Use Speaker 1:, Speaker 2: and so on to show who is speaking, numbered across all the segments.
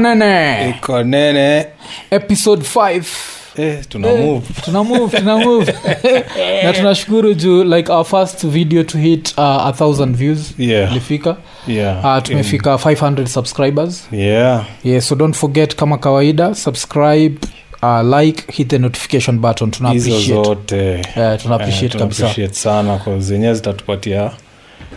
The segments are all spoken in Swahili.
Speaker 1: ekonene
Speaker 2: iko nene
Speaker 1: episode 5
Speaker 2: eh, tuna move
Speaker 1: tuna move tuna move na tunashukuru juu like our first video to hit uh, a thousand views
Speaker 2: Yeah.
Speaker 1: ilifika
Speaker 2: yeah.
Speaker 1: uh, tumefika
Speaker 2: Mm.
Speaker 1: 500 subscribers
Speaker 2: yeah.
Speaker 1: yeah, so don't forget kama kawaida subscribe uh, like hit the notification button tuna
Speaker 2: hizo
Speaker 1: appreciate
Speaker 2: zote
Speaker 1: yeah, tuna
Speaker 2: eh,
Speaker 1: appreciate
Speaker 2: tuna
Speaker 1: kabisa
Speaker 2: appreciate sana kwa zenyewe zitatupatia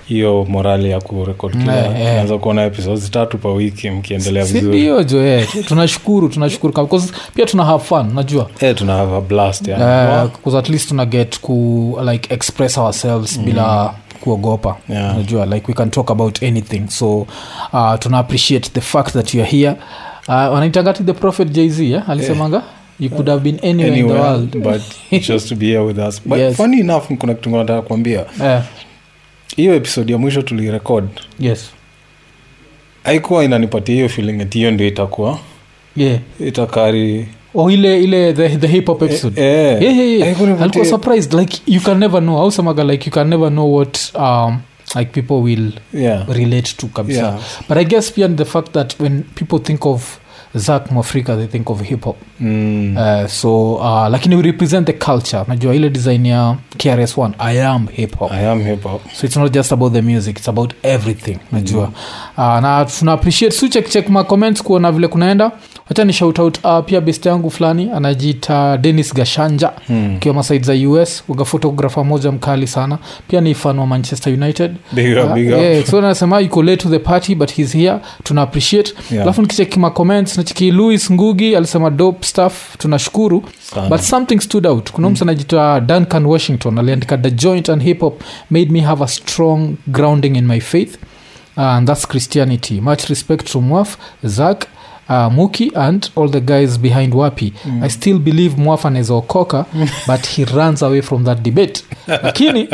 Speaker 2: hiyo morali ya kurekod
Speaker 1: Eh, eh.
Speaker 2: kila naweza kuona episodes tatu pa wiki mkiendelea vizuri
Speaker 1: sindio jo yeah. tunashukuru tunashukuru kama- 'cause pia tuna have fun najua
Speaker 2: eh, tuna have a blast yani.
Speaker 1: Uh, 'cause at least tuna get ku like express ourselves bila kuogopa
Speaker 2: Mm. Yeah.
Speaker 1: unajua like we can talk about anything so uh, tuna appreciate the fact that youare here uh, wanaitangati the prophet jz yeah? alisemanga you could have been anywhere, in the
Speaker 2: Anywhere,
Speaker 1: world
Speaker 2: but you chose to be here with us but
Speaker 1: Yes.
Speaker 2: funny enough kuna kitu ngoja nataka kuambia
Speaker 1: Eh,
Speaker 2: hiyo episode ya mwisho tulirekod
Speaker 1: yes
Speaker 2: haikuwa inanipatia hiyo feeling ati hiyo ndio itakuwa
Speaker 1: yeah
Speaker 2: itakari
Speaker 1: oh, ile ile the, the hip hop episode yeah,
Speaker 2: eh,
Speaker 1: yeah, yeah.
Speaker 2: haikunipatia-
Speaker 1: alikuwa surprised like you can never know ausemaga like you can never know what um, like people will
Speaker 2: yeah.
Speaker 1: relate to kabisa
Speaker 2: Yeah.
Speaker 1: but i guess beyond the fact that when people think of zak mwafrika they think of hip hop
Speaker 2: Mm.
Speaker 1: uh, so uh, lakini we represent the culture najua ile design ya krs1 i am hip hop
Speaker 2: I am hip hop.
Speaker 1: so it's not just about the music it's about everything najua uh, na tuna appreciate su check check ma comments kuona vile kunaenda wacha ni shout out uh, pia best yangu fulani anajiita dennis gashanja
Speaker 2: Hmm.
Speaker 1: ukiwa masaid za us uga photographer moja mkali sana pia ni fan wa manchester united
Speaker 2: Big up,
Speaker 1: Ah,
Speaker 2: big up.
Speaker 1: yeah, so nasema yuko late to the party but he's here tuna appreciate
Speaker 2: Yeah.
Speaker 1: alafu nikicheki ma comments nachiki louis ngugi alisema dope stuff tunashukuru
Speaker 2: Sana.
Speaker 1: but something stood out kuna msa anajitwa duncan washington aliandika the joint and hip hop made me have a strong grounding in my faith uh, and that's christianity much respect to mwaf zak Uh, muki and all the guys behind wapi mm. i still believe mwaf anaweza okoka but he runs away from that debate lakini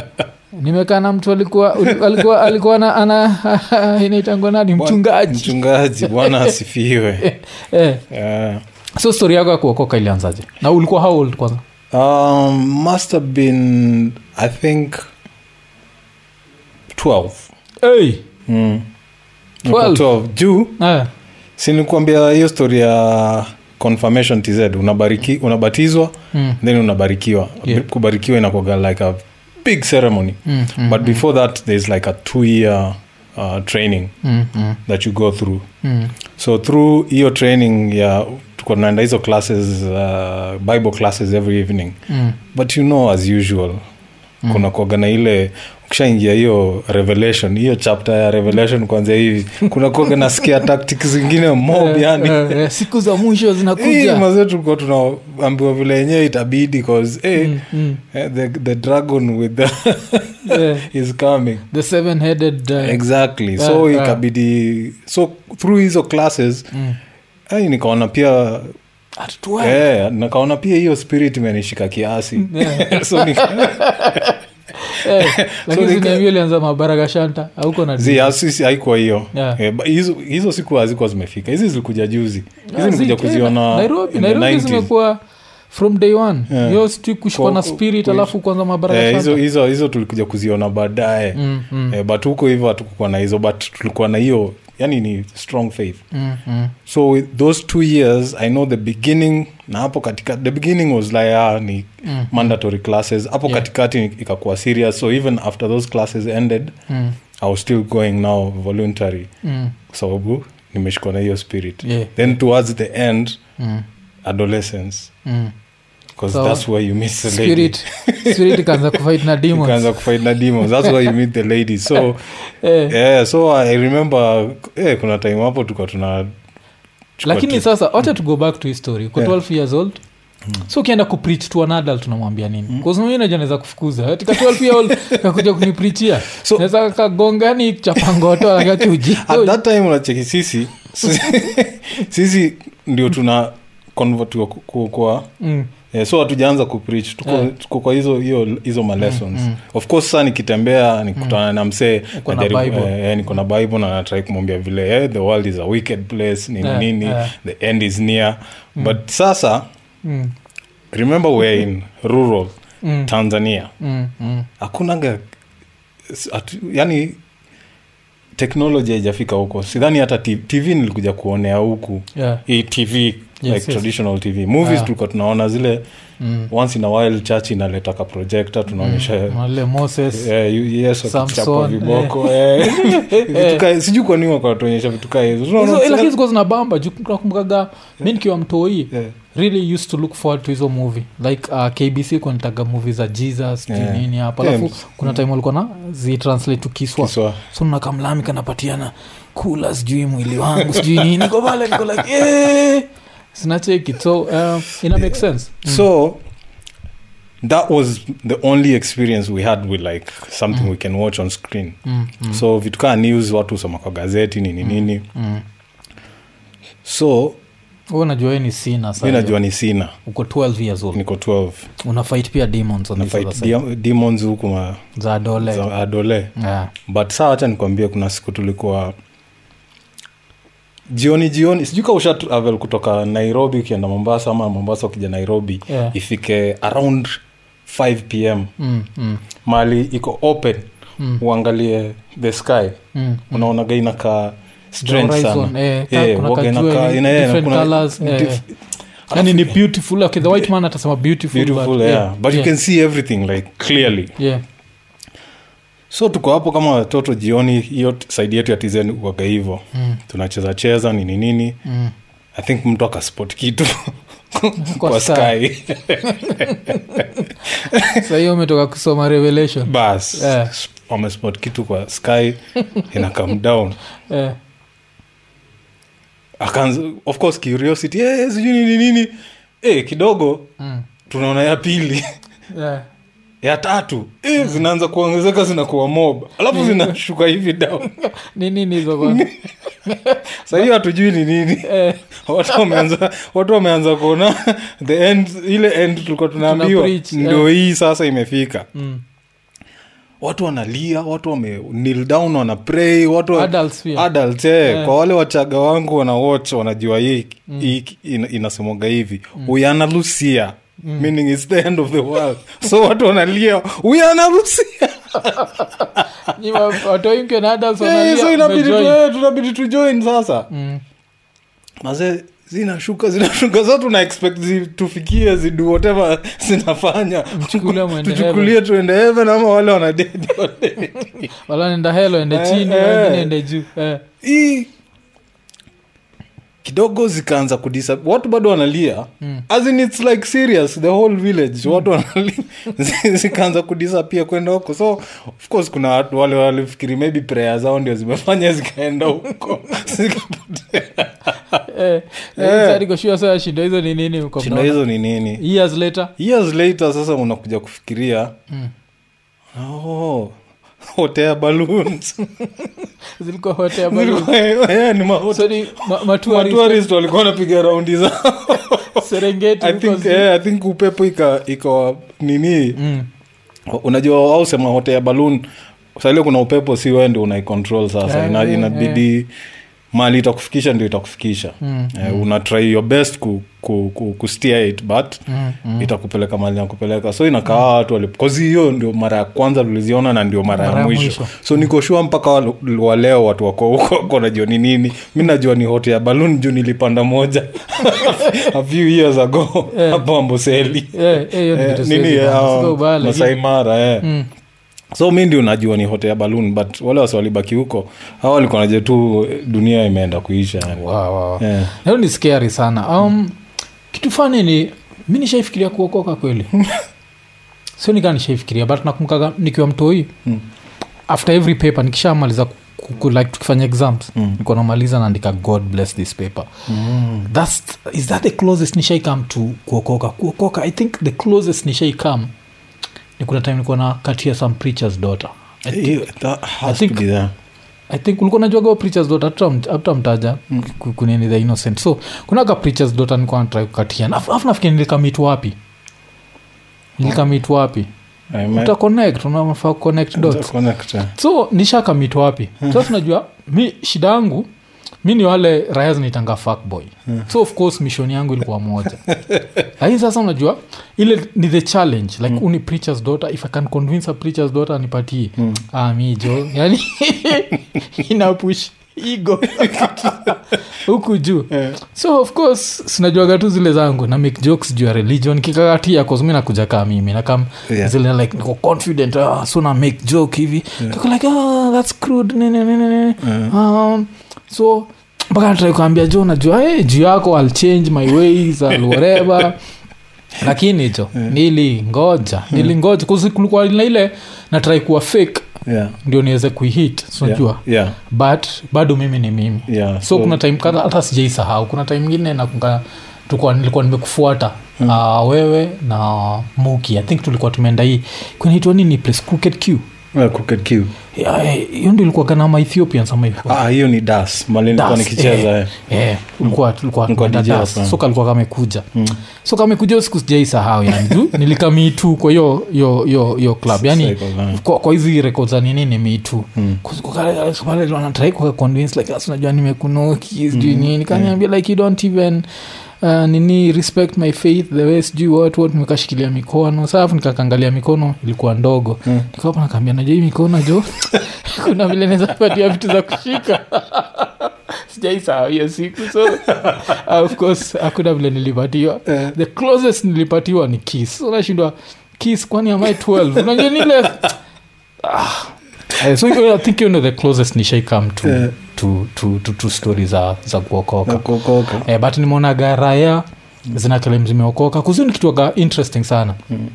Speaker 1: nimekaa na mtu alikuwa alikuwa, alikuwa na, ana inaitangwa nani mchungaji
Speaker 2: mchungaji bwana asifiwe
Speaker 1: eh,
Speaker 2: yeah.
Speaker 1: so story yako ya kuokoka ilianzaje na ulikuwa how old kwanza
Speaker 2: um, must have been i think 12
Speaker 1: hey.
Speaker 2: Mm. Niko
Speaker 1: 12.
Speaker 2: 12 juu
Speaker 1: eh.
Speaker 2: sinikuambia hiyo story ya confirmation tz unabariki unabatizwa
Speaker 1: Mm.
Speaker 2: then unabarikiwa
Speaker 1: Yeah.
Speaker 2: kubarikiwa inakuaga like a big ceremony
Speaker 1: Mm, mm,
Speaker 2: but before that thereis like a two year uh, training
Speaker 1: mm, mm,
Speaker 2: that you go through
Speaker 1: mm.
Speaker 2: so through hiyo training ya tuko tunaenda hizo classes uh, bible classes every evening
Speaker 1: Mm.
Speaker 2: but you know as usual mm. kuna kuaga na ile ukishaingia hiyo revelation hiyo chapter ya revelation kwanzia hivi kuna kuaga nasikia tactics zingine mob yani
Speaker 1: Eh, eh, siku za mwisho
Speaker 2: Hey,
Speaker 1: zinakuja
Speaker 2: mazee tulikuwa tunaambiwa vile yenyewe itabidi cause hey, mm,
Speaker 1: mm.
Speaker 2: the, the dragon with the
Speaker 1: Eh,
Speaker 2: is coming
Speaker 1: the uh, seven headed
Speaker 2: exactly so
Speaker 1: yeah.
Speaker 2: ikabidi so through hizo classes mm. nikaona pia yeah, nakaona pia hiyo spirit imenishika kiasi so nika- Eh,
Speaker 1: Eh, lakini
Speaker 2: so
Speaker 1: zinaambia ilianza mabaraka shanta auko na
Speaker 2: zi- asi- si- haikuwa hiyo
Speaker 1: Yeah.
Speaker 2: Eh, but hizo hizo siku hazikuwa zimefika hizi zilikuja juzi hizi nikuja
Speaker 1: Zii,
Speaker 2: kuziona
Speaker 1: Ah, eh, nairobi
Speaker 2: in the
Speaker 1: nairobi
Speaker 2: 90s.
Speaker 1: zimekuwa from day one yeah. yo sijui kushikwa
Speaker 2: Kwa-
Speaker 1: na
Speaker 2: kwa-
Speaker 1: spirit
Speaker 2: kwa-
Speaker 1: alafu kwanza mabaraka
Speaker 2: Eh,
Speaker 1: shanta
Speaker 2: hizo hizo hizo tulikuja kuziona baadaye
Speaker 1: Mm, mm,
Speaker 2: eh, but huko hivyo hatukukuwa na hizo but tulikuwa na hiyo yani ni strong faith
Speaker 1: mm, mm.
Speaker 2: so with those two years i know the beginning na hapo katika the beginning was like ah, ni mm. mandatory classes hapo
Speaker 1: Mm-hmm. Yeah.
Speaker 2: yeah. katikati ni- ikakuwa serious so even after those classes ended
Speaker 1: Mm,
Speaker 2: i was still going now voluntary
Speaker 1: mm,
Speaker 2: kwa sababu nimeshikwa na hiyo spirit
Speaker 1: Yeah.
Speaker 2: then towards the end
Speaker 1: mm,
Speaker 2: adolescence
Speaker 1: mm.
Speaker 2: because
Speaker 1: So,
Speaker 2: that's where you meet the lady
Speaker 1: spirit spirit ikaanza kufight na demons
Speaker 2: ukaanza kufight na demons that's where you meet the lady so
Speaker 1: eh.
Speaker 2: yeah, so i remember eh, kuna time hapo tuka tuna
Speaker 1: lakini
Speaker 2: tu-
Speaker 1: sasa wacha to go back to history uko
Speaker 2: Mm. Yeah. Mm.
Speaker 1: 12 years old so ukienda kupreach to an adult unamwambia nini kazmnajnaweza kufukuza Ati ka 12 year old kakuja kuniprichia
Speaker 2: So-
Speaker 1: naweza kagongani chapangoto akachuji
Speaker 2: at that time unacheki sisi sisi- sisi ndio tuna convert kwa- kwa kwa-
Speaker 1: Mm.
Speaker 2: eh, so hatujaanza kupreach tuko,
Speaker 1: Yeah. Mm,
Speaker 2: tuko kwa hizo hiyo hizo malessons of course saa nikitembea nikutana na msee
Speaker 1: na
Speaker 2: najaribu-
Speaker 1: Bible.
Speaker 2: eh, eh, niko na bible na natrai kumwambia vile eh, the world is a wicked place nini
Speaker 1: Yeah,
Speaker 2: nini
Speaker 1: yeah.
Speaker 2: the end is near but sasa
Speaker 1: Mm.
Speaker 2: remember weare in rural
Speaker 1: Mm.
Speaker 2: tanzania
Speaker 1: Mm. Mm.
Speaker 2: hakunaga s- hatu- yani teknoloji haijafika huko sidhani hata tv, TV nilikuja kuonea huku
Speaker 1: yeah.
Speaker 2: hii tv yes, like
Speaker 1: yes.
Speaker 2: yes. traditional tv movies
Speaker 1: Ah.
Speaker 2: tulikuwa tunaona zile
Speaker 1: mm.
Speaker 2: once in a while church inaleta ka projector tunaonyesha mm.
Speaker 1: wale moses
Speaker 2: Eh, yu- yesu akichapa
Speaker 1: Samson,
Speaker 2: viboko eh. Vitu ka- sijui kwa nini wakanatuonyesha vitu kaa hizo Tunaona-
Speaker 1: hizo ila hizo zilikuwa zinabamba juu nakumbukaga mi nikiwa mtoi
Speaker 2: Eh,
Speaker 1: really used to look forward to hizo movie like uh, kbc kunataga movie za jesus yeah.
Speaker 2: Yeah.
Speaker 1: nini hapa
Speaker 2: Yeah, Mm.
Speaker 1: alafu
Speaker 2: ms-
Speaker 1: kuna time walikuwa na zitranslate to kiswa
Speaker 2: kiswa.
Speaker 1: so nakamlami kanapatiana kula sijui mwili wangu sijui nini niko pale niko like yeah! sinacheki so uh, ina make sense
Speaker 2: so that was the only experience we had with like something we can watch on screen
Speaker 1: mm, mm,
Speaker 2: so vitu kaa news watu husoma kwa gazeti nini nini
Speaker 1: mm.
Speaker 2: so
Speaker 1: Wewe unajua wewe ni sina
Speaker 2: mi
Speaker 1: sana
Speaker 2: najua ni sina
Speaker 1: uko 12 years old
Speaker 2: niko 12
Speaker 1: una fight pia demons on
Speaker 2: na
Speaker 1: this
Speaker 2: fight
Speaker 1: other side.
Speaker 2: dia- demons huku ma-
Speaker 1: za dole
Speaker 2: za adole
Speaker 1: yeah.
Speaker 2: but saa hacha nikwambie kuna siku tulikuwa jioni jioni sijui ka usha travel kutoka nairobi ukienda mombasa ama mombasa ukija nairobi
Speaker 1: Yeah.
Speaker 2: ifike around 5 pm
Speaker 1: mm, mm,
Speaker 2: mali iko open
Speaker 1: Mm.
Speaker 2: uangalie the sky
Speaker 1: mm.
Speaker 2: unaonaga inakaa strange
Speaker 1: The horizon,
Speaker 2: sana.
Speaker 1: eh, ka-
Speaker 2: Eh,
Speaker 1: kuna
Speaker 2: waga
Speaker 1: kajua
Speaker 2: inakaa-
Speaker 1: hivi,
Speaker 2: ina- ina-
Speaker 1: different
Speaker 2: kuna-
Speaker 1: colours, eh.
Speaker 2: dif-
Speaker 1: yani Yaani ni beautiful okay, the white man atasema beautiful,
Speaker 2: beautiful
Speaker 1: but,
Speaker 2: yeah.
Speaker 1: yeah,
Speaker 2: but you
Speaker 1: yeah,
Speaker 2: can see everything like clearly
Speaker 1: yeah.
Speaker 2: so tuko hapo kama watoto jioni hiyo t- side yetu ya tizen uwaga hivo mm. tunacheza cheza nini nini
Speaker 1: Mm.
Speaker 2: i think mtu akaspot kitu
Speaker 1: Kwa
Speaker 2: kwa,
Speaker 1: sky.
Speaker 2: sky,
Speaker 1: Sasa hiyo umetoka kusoma revelation
Speaker 2: bas
Speaker 1: Eh.
Speaker 2: s- wamespot kitu kwa sky ina come down
Speaker 1: eh,
Speaker 2: akaanza of course curiosity "Eh, sijui nini nini eh kidogo
Speaker 1: mm,
Speaker 2: tunaona ya pili
Speaker 1: yeah.
Speaker 2: ya tatu eh, zinaanza kuongezeka zinakuwa mob alafu
Speaker 1: Mm.
Speaker 2: zinashuka hivi down
Speaker 1: ni nini hizo kwanza
Speaker 2: sahii hatujui ni nini
Speaker 1: Eh,
Speaker 2: watu wameanza watu wameanza kuona the end ile end tulikuwa
Speaker 1: Tuna
Speaker 2: tunaambiwa
Speaker 1: preach,
Speaker 2: ndo hii sasa imefika
Speaker 1: mm.
Speaker 2: watu wanalia watu wame kneel down wana pray watu wa-
Speaker 1: Adults pia.
Speaker 2: adults, eh. kwa wale wachaga wangu wana watch wanajua hii
Speaker 1: Mm.
Speaker 2: hii ina- inasemoga hivi we are na lucia
Speaker 1: Mm.
Speaker 2: meaning it's the end of the world so watu wanalia we are na lucia
Speaker 1: Ni wa- watu wengi na adults
Speaker 2: Eh,
Speaker 1: wanalia,
Speaker 2: so inabidi tu-
Speaker 1: umejoin.
Speaker 2: eh, tunabidi tujoin sasa
Speaker 1: Mm,
Speaker 2: mazee zinashuka zinashuka sa tuna expect zi- tufikie zidu whatever zinafanya
Speaker 1: Mchukulie mwende
Speaker 2: tuchukulie tuende heaven ama wale wanadedi
Speaker 1: wala nenda helo ende
Speaker 2: Eh,
Speaker 1: chini
Speaker 2: eh.
Speaker 1: wengine ende juu eh,
Speaker 2: hii kidogo zikaanza kudisa watu bado wanalia
Speaker 1: Mm.
Speaker 2: as in its like serious the whole village watu wanalia Zi- zikaanza kudisapia kwenda huko so of course kuna watu wale walifikiri maybe prayer zao ndio zimefanya zikaenda huko zikapotea
Speaker 1: eh. Lakini sasa niko sure sasa shida hizo ni nini mko
Speaker 2: shino
Speaker 1: mnaona?
Speaker 2: hizo ni nini
Speaker 1: years later
Speaker 2: years later sasa unakuja kufikiria
Speaker 1: Mm.
Speaker 2: oh, hotea balloons
Speaker 1: zilikuwa hotel balloons.
Speaker 2: Zilikuwa- eh, ni ma-
Speaker 1: So ni ma- matourist-
Speaker 2: matourist walikuwa wanapiga raundi zao
Speaker 1: Serengeti
Speaker 2: I
Speaker 1: huko
Speaker 2: think,
Speaker 1: zi-
Speaker 2: eh, I think upepo ika- ikawa nini
Speaker 1: Mm.
Speaker 2: unajua au sema hotea balloon salio kuna upepo si wewe ndio unaicontrol sasa
Speaker 1: Eh,
Speaker 2: Ina,
Speaker 1: eh,
Speaker 2: inabidi mali itakufikisha ndio itakufikisha
Speaker 1: Mm,
Speaker 2: eh, una try your best ku, ku, ku, ku steer it but
Speaker 1: Mm, mm.
Speaker 2: itakupeleka mali na kupeleka so inakaa watu wali- 'cause hiyo ndio mara ya kwanza tuliziona na ndio mara,
Speaker 1: Mara ya
Speaker 2: ya mwisho,
Speaker 1: mwisho.
Speaker 2: so niko sure mpaka wal- wa leo watu wako huko wako najua ni nini mi najua ni hote ya balloon juu nilipanda moja a few years ago hapo amboseli
Speaker 1: Eh, eh, hiyo ni
Speaker 2: Eh,
Speaker 1: kitu
Speaker 2: nini,
Speaker 1: siwezi
Speaker 2: eh,
Speaker 1: bana.
Speaker 2: hao,
Speaker 1: Siko ubaya, lakini-
Speaker 2: Masai Mara, eh.
Speaker 1: Mm.
Speaker 2: so mi ndio najua ni hote ya balloon but wale wasi walibaki huko hawa walikuwa najua tu eh, dunia imeenda kuisha yani.
Speaker 1: Wow, wow, wow.
Speaker 2: Eh.
Speaker 1: Hiyo ni scary sana
Speaker 2: Mm.
Speaker 1: um, kitu fani ni mi nishaifikiria kuokoka kweli sio nikaa nishaifikiria but nakumbukaga nikiwa mtoi
Speaker 2: Mm.
Speaker 1: after every paper nikishamaliza ku- ku- ku- like tukifanya exams
Speaker 2: Mm.
Speaker 1: nilikuwa namaliza naandika god bless this paper That's, is that the closest nishai come to kuokoka kuokoka i think the closest nishai come ni kuna time nilikuwa na katia some preachers daughter I
Speaker 2: Eh, that has
Speaker 1: I think-
Speaker 2: to be there.
Speaker 1: i think ulikuwa najua preachers dot hata mtaja ku- kunini the innocent so kuna ka preachers dot nikuwa natrai kukatia Na- alafu nafikiri nilikamit wapi nilikamit wapi
Speaker 2: I might-
Speaker 1: uta connect unafaa connect dots
Speaker 2: Connect, eh.
Speaker 1: so nishakamit wapi sasa tunajua mi shida yangu mi ni wale raya zinaitanga fuckboy so of course mission yangu ilikuwa moja lakini sasa unajua ile ni the challenge like mm. uni preachers daughter if i can convince a preachers daughter anipatie mm. ah, mi jo yani inapush ego huku juu
Speaker 2: Yeah.
Speaker 1: so of course sinajuaga tu zile zangu na make jokes juu ya religion kikakatia kosmi nakuja kaa mimi nakam
Speaker 2: Yeah.
Speaker 1: zile like niko confident ah, so na make joke hivi Kako like ah, thats crude nini, nini, nini. um, so mpaka natrai kuambia jo najua hey, juu yako i'll change my ways I'll whatever lakini jo nilingoja nilingoja kuzi- kulikuwa na ile natrai kuwa fake
Speaker 2: yeah.
Speaker 1: ndio niweze kuihit sinajua
Speaker 2: yeah. yeah.
Speaker 1: but bado mimi ni mimi
Speaker 2: yeah.
Speaker 1: so kuna time kadha hata sijaisahau kuna time ingine nakunga tulikuwa nilikuwa nimekufuata mm. uh, wewe na muki i think tulikuwa tumeenda hii kunaitwa nini place crooked q
Speaker 2: Yeah, crooked queue.
Speaker 1: Yeah, eh, hiyo ndio ilikuwa kana ma ethiopians ama hivyo
Speaker 2: ah hiyo ni das mali nilikuwa
Speaker 1: Das,
Speaker 2: nikicheza
Speaker 1: eh,
Speaker 2: eh.
Speaker 1: eh, ulikuwa- tulikuwa
Speaker 2: Nilikuwa Mm.
Speaker 1: tunaenda
Speaker 2: DJ
Speaker 1: Das.
Speaker 2: hapa.
Speaker 1: so kalikuwa kamekuja so kamekuja siku sijaisahau yani juu nilikamiitu kwa hiyo hiyo hiyo hiyo club yani
Speaker 2: Cycle, eh. Mm.
Speaker 1: kwa, kwa hizi rekod za nini ni mitu wanatrai kukaconvince like "Asi, unajua nimekunoki
Speaker 2: Mm.
Speaker 1: sijui nini kaniambia like you don't even Uh, nini respect my faith the way sijui what what nikashikilia mikono safu nikakangalia mikono ilikuwa ndogo mm. nikapa nakaambia najua hii mikono jo kuna vile naweza patia vitu za kushika sijaisahau hiyo siku so uh, of course hakuna vile nilipatiwa
Speaker 2: Eh.
Speaker 1: the closest nilipatiwa ni kiss So, unashindwa kiss kwani am i 12 unajua nile Ah. Eh, so hiyo- i think you know the closest nishai come to,
Speaker 2: Eh.
Speaker 1: to, to, to, to story za, za kuokoka
Speaker 2: Na kuokoka.
Speaker 1: eh, but nimeonaga raya zina kelem zimeokoka kuzio ni kituaga interesting sana
Speaker 2: Mm.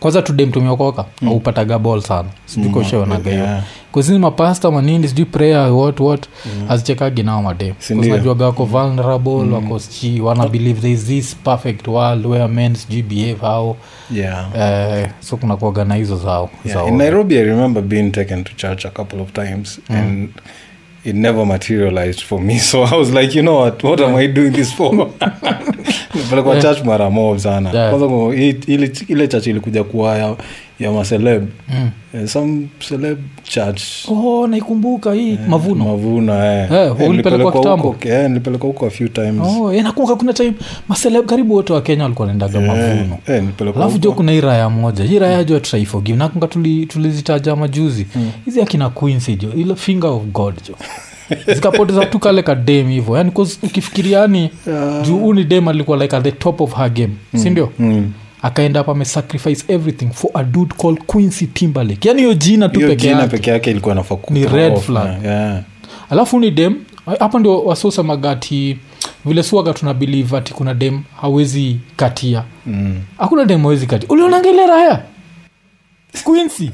Speaker 1: kwanza tudem tumeokoka aupataga ball sana sijuko
Speaker 2: Mm.
Speaker 1: ushaonaga hiyo
Speaker 2: Yeah.
Speaker 1: kuzini mapasta manini sijui prayer what what azichekagi nao madem
Speaker 2: Mm. Si ndio? Mm.
Speaker 1: najuaga wako vulnerable wako sijui wana believe there is this perfect world where men sijui behave how
Speaker 2: Yeah.
Speaker 1: eh, so kuna kuaga na hizo zao
Speaker 2: Yeah,
Speaker 1: zao.
Speaker 2: in Nairobi, I remember being taken to church a couple of times,
Speaker 1: Mm.
Speaker 2: and it never materialized for me. So I was like, you know what? What am I doing this for? Nipelekwa church mara mob sana.
Speaker 1: Yeah.
Speaker 2: Kwanza kwa- i- ile ile church ilikuja kuwa ya, ya maceleb
Speaker 1: Mm.
Speaker 2: Eh, some celeb church
Speaker 1: oh, naikumbuka hii
Speaker 2: Eh,
Speaker 1: mavuno
Speaker 2: Mavuna, eh.
Speaker 1: Eh,
Speaker 2: Eh,
Speaker 1: ulipelekwa
Speaker 2: nilipelekwa
Speaker 1: kitambo?
Speaker 2: huko- eh, nilipelekwa huko a few times
Speaker 1: oh, eh, nakumbuka kuna time maseleb karibu wote wa kenya walikuwa naendaga
Speaker 2: Eh,
Speaker 1: mavuno
Speaker 2: eh, nilipelekwa
Speaker 1: alafu jo
Speaker 2: huko.
Speaker 1: kuna hii raya moja hii raya jo tutaifogive nakunga tuli- tulizitaja majuzi
Speaker 2: Hmm.
Speaker 1: hizi akina quincy jo ile finger of god jo zikapoteza tu kale kadem hivo yani ukifikiriani juu huu ni dem alikuwa like at the top of her game sindio
Speaker 2: Mm.
Speaker 1: akaenda hapa amesacrifice everything for a dude called quincy timberlake yani hiyo jina tu
Speaker 2: hiyo
Speaker 1: peke
Speaker 2: jina
Speaker 1: yake
Speaker 2: peke yake ilikuwa nafaa
Speaker 1: Ni
Speaker 2: kuthrow
Speaker 1: red
Speaker 2: off, eh.
Speaker 1: flag.
Speaker 2: yeah.
Speaker 1: alafu ni dem hapa ndio wasousemaga ati vile suaga tuna believe ati kuna dem hawezi katia
Speaker 2: Mm.
Speaker 1: hakuna dem hawezi katia ulionanga ile raya quincy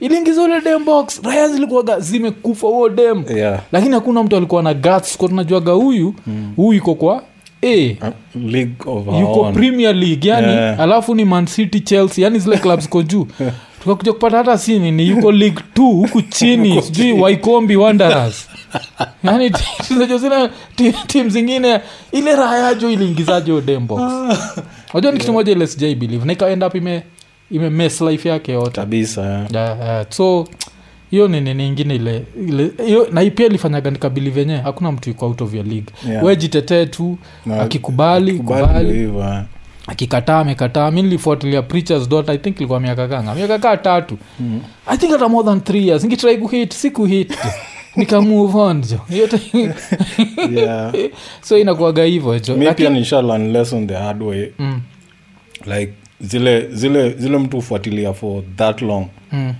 Speaker 1: iliingiza ule dem box raya zilikuwaga zimekufa huo dem
Speaker 2: Yeah.
Speaker 1: lakini hakuna mtu alikuwa na guts kwa tunajuaga huyu huyu iko kwa a
Speaker 2: league of our
Speaker 1: yuko
Speaker 2: own.
Speaker 1: premier league yani
Speaker 2: Yeah.
Speaker 1: alafu ni man city chelsea yani zile clubs ko juu tukakuja kupata hata sini ni yuko league t huku chini sijui waikombi wanderers yani tunajo zile ti- timu zingine ile raha yajo iliingizaje odembox wajua ni kitu moja ile sijai believe na ikaenda up ime ime mess life yake yote
Speaker 2: kabisa yeah.
Speaker 1: yeah, yeah. so hiyo ni nini ingine ile, ile hiyo, na hii pia ilifanyaga nikabili venyewe hakuna mtu iko out of your league
Speaker 2: Yeah.
Speaker 1: we jitetee tu
Speaker 2: Na-
Speaker 1: akikubali
Speaker 2: Kubali
Speaker 1: kubali
Speaker 2: hivyo, eh.
Speaker 1: akikataa amekataa mi nilifuatilia preachers daughter i think ilikuwa miaka kanga miaka kaa tatu mm. i think hata more than three years nikitrai kuhit sikuhit nikamove on jo Hiyo time-
Speaker 2: Yeah.
Speaker 1: so inakuaga hivo jo
Speaker 2: mi pia
Speaker 1: Lakini-
Speaker 2: nisha learn lesson the hard way
Speaker 1: Mm,
Speaker 2: like zile zile zile mtu hufuatilia for that long
Speaker 1: mm.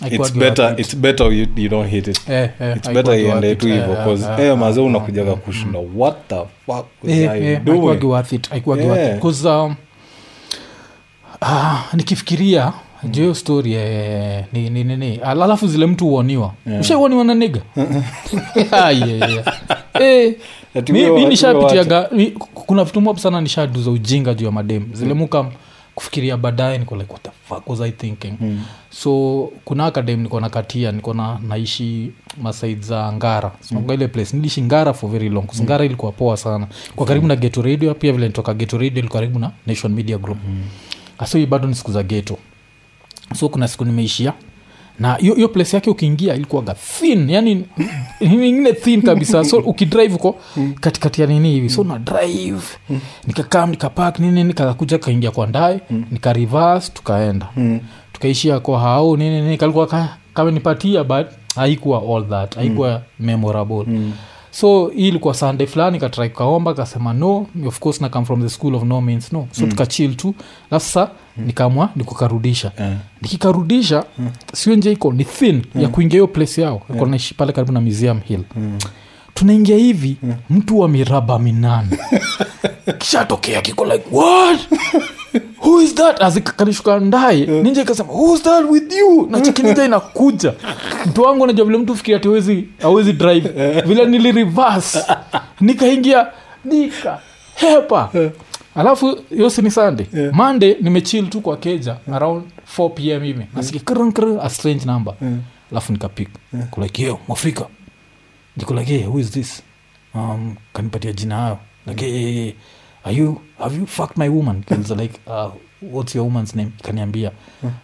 Speaker 1: Haikuwa
Speaker 2: it's
Speaker 1: juu ya
Speaker 2: better,
Speaker 1: wakati.
Speaker 2: it's better you, you don't hit it
Speaker 1: Eh, eh,
Speaker 2: it's
Speaker 1: haikuwa
Speaker 2: better
Speaker 1: juu ya
Speaker 2: iende
Speaker 1: wakati.
Speaker 2: tu hivyo
Speaker 1: Eh,
Speaker 2: cause
Speaker 1: eh,
Speaker 2: eh,
Speaker 1: eh,
Speaker 2: mazee unakujaga kushinda what the fuck was
Speaker 1: Eh,
Speaker 2: I
Speaker 1: eh,
Speaker 2: doing?
Speaker 1: haikuwagi worth it, haikuwagi
Speaker 2: Yeah.
Speaker 1: worth it. 'Cause, um, ah, nikifikiria
Speaker 2: Hmm.
Speaker 1: juu hiyo story eh, ni ni- ni- ni. Al- alafu zile mtu huoniwa ushaioniwa na Ah, niga
Speaker 2: Ati
Speaker 1: Eh, mi,
Speaker 2: wewe
Speaker 1: mi
Speaker 2: wa-
Speaker 1: nishapitiaga mi- ku- kuna vitu mob sana nishaduza ujinga juu ya madem zile mukam kufikiria baadaye niko like what the fuck was i thinking so kuna akadem niko nakatia niko na naishi masaid za ngara sinaga ile place niliishi ngara for very long 'cause ngara ilikuwa poa sana kwa karibu na geto radio pia vile nitoka geto radio ilikuwa karibu na Ah, nation media group mm. aso hii bado ni siku za geto so kuna siku nimeishia na hiyo hiyo place yake ukiingia ilikuwaga thin yani ingine thin kabisa so ukidrive uko katikati ya nini hivi so na drive nikakam nikapak nini nikakuja kaingia kwa ndae nika reverse tukaenda tukaishia kwa hao nini nini kalikuwa ka, kamenipatia but haikuwa all that haikuwa memorable so hii ilikuwa sunday fulani katrai kaomba kasema no of course na come from the school of no means no so mm. tukachill tu alafu sasa nikamwa nikukarudisha
Speaker 2: Eh.
Speaker 1: nikikarudisha mm. sio nje iko ni thin ya kuingia hiyo place yao yeah. naishi pale karibu na museum hill mm. tunaingia hivi mtu wa miraba minane kishatokea kiko like what who is that azikanishuka ndaye ninja ikasema whois that with you na chiki ninja inakuja mtu wangu anajua vile mtu fikiri ati hawezi hawezi drive vile nili reverse nikaingia nika hepa alafu hiyo si ni sunday
Speaker 2: Yeah.
Speaker 1: monday nimechill tu kwa keja around 4 pm hivi nasikia krn krn a strange number alafu nikapik kulike yo mwafrika nikulake who is this um, kanipatia jina hayo like "Eh, eh, eh, are you have you fucked my woman It's like uh, what's your woman's name kaniambia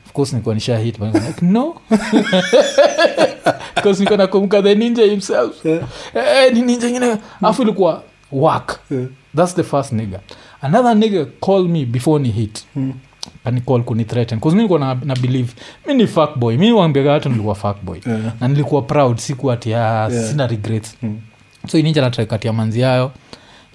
Speaker 1: of course nilikuwa nisha hit but I was like no because nilikuwa nakumbuka the ninja himself
Speaker 2: Yeah.
Speaker 1: eh, ni ninja ngine afu ilikuwa work
Speaker 2: Yeah.
Speaker 1: that's the first nigger another nigger call me before ni hit
Speaker 2: Hmm.
Speaker 1: kanicall kunithreaten bcause mi nilikuwa na, na believe mi ni fuckboy mi wambiaga watu nilikuwa fuckboy
Speaker 2: Yeah.
Speaker 1: na nilikuwa proud siku ati ah,
Speaker 2: Yeah.
Speaker 1: sina regrets
Speaker 2: Mm.
Speaker 1: so ininja natraikatia manzi yayo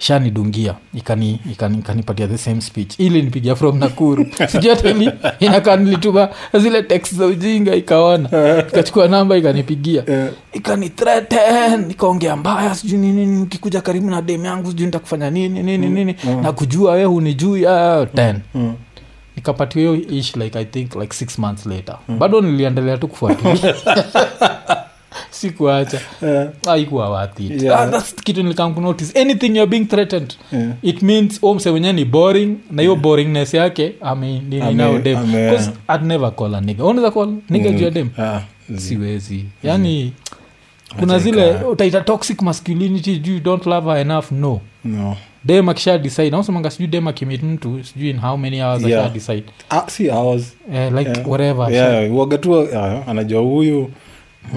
Speaker 1: shanidungia ikani ikani- ikanipatia the same speech ili nipigia from nakuru sijuateli inakaa nilituma zile text za ujinga ikaona ikachukua namba ikanipigia
Speaker 2: Eh.
Speaker 1: ikanithreaten nikaongea mbaya sijui nini nini, ukikuja karibu na dem yangu sijui nitakufanya nini
Speaker 2: Mm.
Speaker 1: nini nini na kujua we hunijui ah, ten nikapatiwa hiyo ish like i think like six months later
Speaker 2: Hmm.
Speaker 1: bado niliendelea tu kufuatilia sikuacha
Speaker 2: Eh,
Speaker 1: haikuwa worth it
Speaker 2: Yeah.
Speaker 1: ah, that's kitu nilikam kunotice anything you're being threatened
Speaker 2: eh.
Speaker 1: it means omse wenyewe ni boring na hiyo boringness yake
Speaker 2: Ame- ame-
Speaker 1: ameininaodemad never call a nigga unaweza call nigga juu ya dem
Speaker 2: Ah, zi-
Speaker 1: siwezi
Speaker 2: Mm.
Speaker 1: yani kuna zile
Speaker 2: Acha
Speaker 1: utaita toxic masculinity juu you don't love her enough no
Speaker 2: no.
Speaker 1: dem akisha decide nausemanga sijui dem akimit mtu sijui in how many hours
Speaker 2: Yeah.
Speaker 1: akisha decide
Speaker 2: Ah, si hours
Speaker 1: eh, like
Speaker 2: Yeah.
Speaker 1: whatever
Speaker 2: Yeah, huwaga tu ah, anajua huyu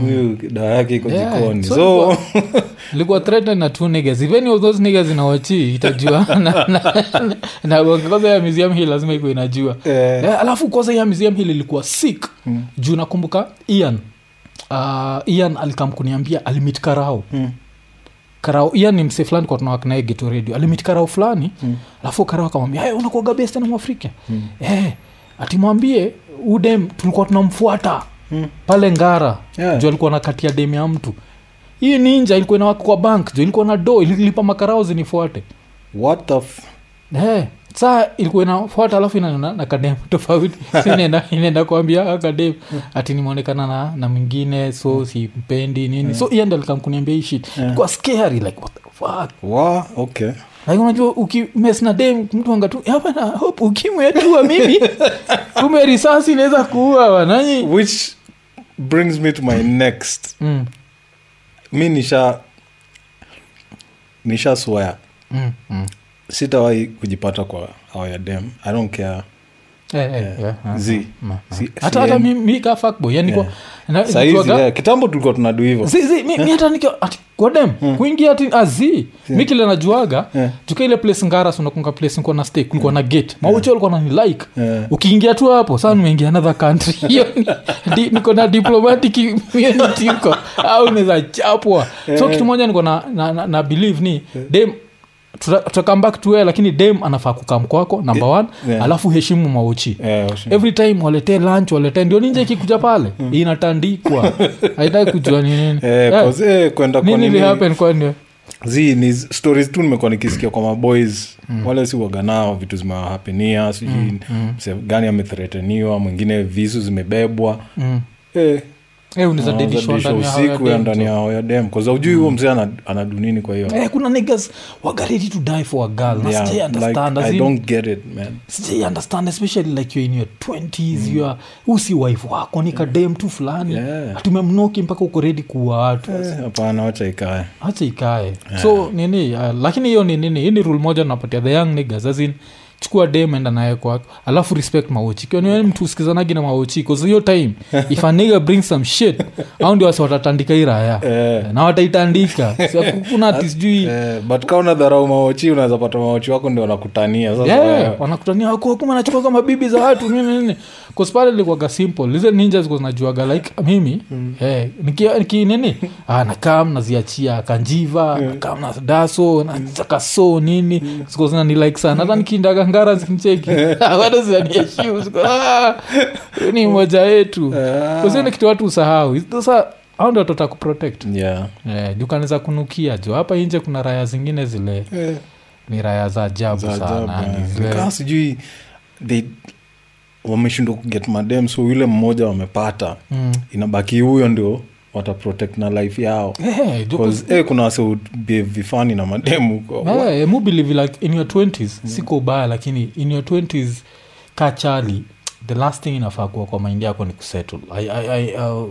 Speaker 2: huyu dawa yake iko
Speaker 1: Hmm. Yeah,
Speaker 2: jikoni
Speaker 1: so
Speaker 2: so
Speaker 1: likuwa threatened na two niggas if any of those niggas inawachi itajua na, na, na, na kwanza ya museum hii lazima iko inajua
Speaker 2: eh,
Speaker 1: Eh, alafu kwanza ya museum hili ilikuwa sick
Speaker 2: Mm.
Speaker 1: juu nakumbuka ian uh, ian alikam kuniambia alimit karao
Speaker 2: mm,
Speaker 1: karao ian ni msee fulani kwa tunawak naye geto radio alimit karao fulani alafu karao akamwambia hey, unakuaga best na mwafrika mm. eh, atimwambie udem tulikuwa tunamfuata
Speaker 2: Mm.
Speaker 1: pale ngara
Speaker 2: Yeah.
Speaker 1: juu alikuwa nakatia dem ya mtu hii ninja ilikuwa inawaka kwa bank juu ilikuwa na do ililipa makarao zinifuate
Speaker 2: what the f-
Speaker 1: Hey, saa ilikuwa inafuata alafu inanena na kadem tofauti Si inaenda- inaenda kuambia "Ah, kadem ati nimeonekana na, na mwingine so simpendi nini so ienda likamkuniambia hii shit ilikuwa scary like what the fuck
Speaker 2: wa okay
Speaker 1: like unajua ukimes na dem mtu anga tu hapa na hope ukimwetua mimi kumbe risasi inaweza kuua wananyi
Speaker 2: which brings me to my next
Speaker 1: mm,
Speaker 2: mi nisha nisha swear
Speaker 1: mm, mm.
Speaker 2: sitawahi kujipata kwa awaya dem i don't care
Speaker 1: Eh, eh, yeah, ah,
Speaker 2: Z.
Speaker 1: ah, ah.
Speaker 2: Si-
Speaker 1: hata hata
Speaker 2: siendi.
Speaker 1: mi, mi ka fuckboy yani kwa-
Speaker 2: Yeah.
Speaker 1: na-
Speaker 2: sahizi
Speaker 1: nikiwaga-
Speaker 2: yeah, eh, kitambo tulikuwa tunadu hivo
Speaker 1: Zi- zi, mi- mi hata nikiwa- ati kwadem kuingia ati azi mi kile najuaga
Speaker 2: Yeah.
Speaker 1: tuka ile place ngaras unakunga place nikuwa na stay kulikuwa na gate maucho alikuwa nani like
Speaker 2: Yeah.
Speaker 1: ukiingia tu hapo saa nimeingia another country hiyo ni- di- niko na diplomatic immunity huko au naweza chapwa so kitu moja niko na, na, na, na believe ni dem tutakam back to her, lakini dem anafaa kukam kwako number one
Speaker 2: Yeah.
Speaker 1: alafu heshimu mauchi
Speaker 2: Yeah, sure.
Speaker 1: Hmm. every time waletee lunch waletee ndio ninje ikikuja pale inatandikwa haitaki kujua ni nini
Speaker 2: Hmm. Eh,
Speaker 1: Yeah.
Speaker 2: 'cause, eh, kwenda kwa
Speaker 1: nini
Speaker 2: nini-
Speaker 1: ilihappen kwani
Speaker 2: zi ni z- stories tu nimekuwa nikisikia kwa maboys wale si waga nao vitu zimewahapenia sijui
Speaker 1: Mm,
Speaker 2: mse gani amethreteniwa mwingine visu zimebebwa
Speaker 1: Mm.
Speaker 2: eh,
Speaker 1: Eh, unaweza
Speaker 2: wanaanza
Speaker 1: dedishwa
Speaker 2: dirisha
Speaker 1: ndani ya hao ya
Speaker 2: usiku ya
Speaker 1: dem
Speaker 2: ndani
Speaker 1: tu.
Speaker 2: yao ya dem kaza ujui huo mzee ana- anadunini kwa hiyo
Speaker 1: Mm. Eh, kuna niggas waga ready to die for a girl na
Speaker 2: Yeah,
Speaker 1: sijai
Speaker 2: like,
Speaker 1: understand as
Speaker 2: I
Speaker 1: in-
Speaker 2: don't get it man
Speaker 1: sijai understand especially like you're in your 20s you are usi wife wako ni kadem tu fulani
Speaker 2: Hmm. Yeah.
Speaker 1: atumemnoki mpaka uko ready kuwa watu
Speaker 2: Eh, hapana wacha ikae
Speaker 1: hacha ikae so nini uh, lakini hiyo ni nini hii ni rule moja napatia the young niggas as in chukua dem enda naye kwako alafu respect maochi ikiwa niwe mtu usikizanagi na maochi kause hiyo time if a nigga bring some shit au ndio wasi watatandika hii raya
Speaker 2: Eh.
Speaker 1: na wataitandika Si aku- kuna ati sijui
Speaker 2: Eh, but kaa unadharau maochi unaweza pata maochi wako ndio wanakutania sasa
Speaker 1: yeah,
Speaker 2: wewe.
Speaker 1: wanakutania wako kuma nachukua kama bibi za watu nini nini Cause pale likuwaga simple hizo ninja zikuwa zinajuaga like mimi eh, niki, niki nini ah, nakam naziachia kanjiva nakam na daso nachakaso nini zikuwa zinani like sana hata nikiindaga ngara zinicheki bado zinanieshiu ziko, "Ah, huyu ni moja yetu
Speaker 2: Ah.
Speaker 1: kuzio ni kitu watu usahau sasa au ndio tota kuprotect
Speaker 2: Yeah.
Speaker 1: eh, juu kanaweza kunukia jo hapa nje kuna raya zingine zile ni raya za ajabu
Speaker 2: Za ajabu,
Speaker 1: sana ni
Speaker 2: eh.
Speaker 1: zile-
Speaker 2: Kaa sijui they wameshindwa kuget madem so yule mmoja wamepata
Speaker 1: Mm.
Speaker 2: inabaki huyo ndio wataprotect na life yao
Speaker 1: Eh, jo-
Speaker 2: 'Cause, eh, kuna wase vifani na mademu huko
Speaker 1: Eh, mu believe like in your
Speaker 2: Mm.
Speaker 1: 20s siko ubaya lakini in your 20s kachali the last thing inafaa kuwa kwa mind yako ni kusettle I, I, I, uh,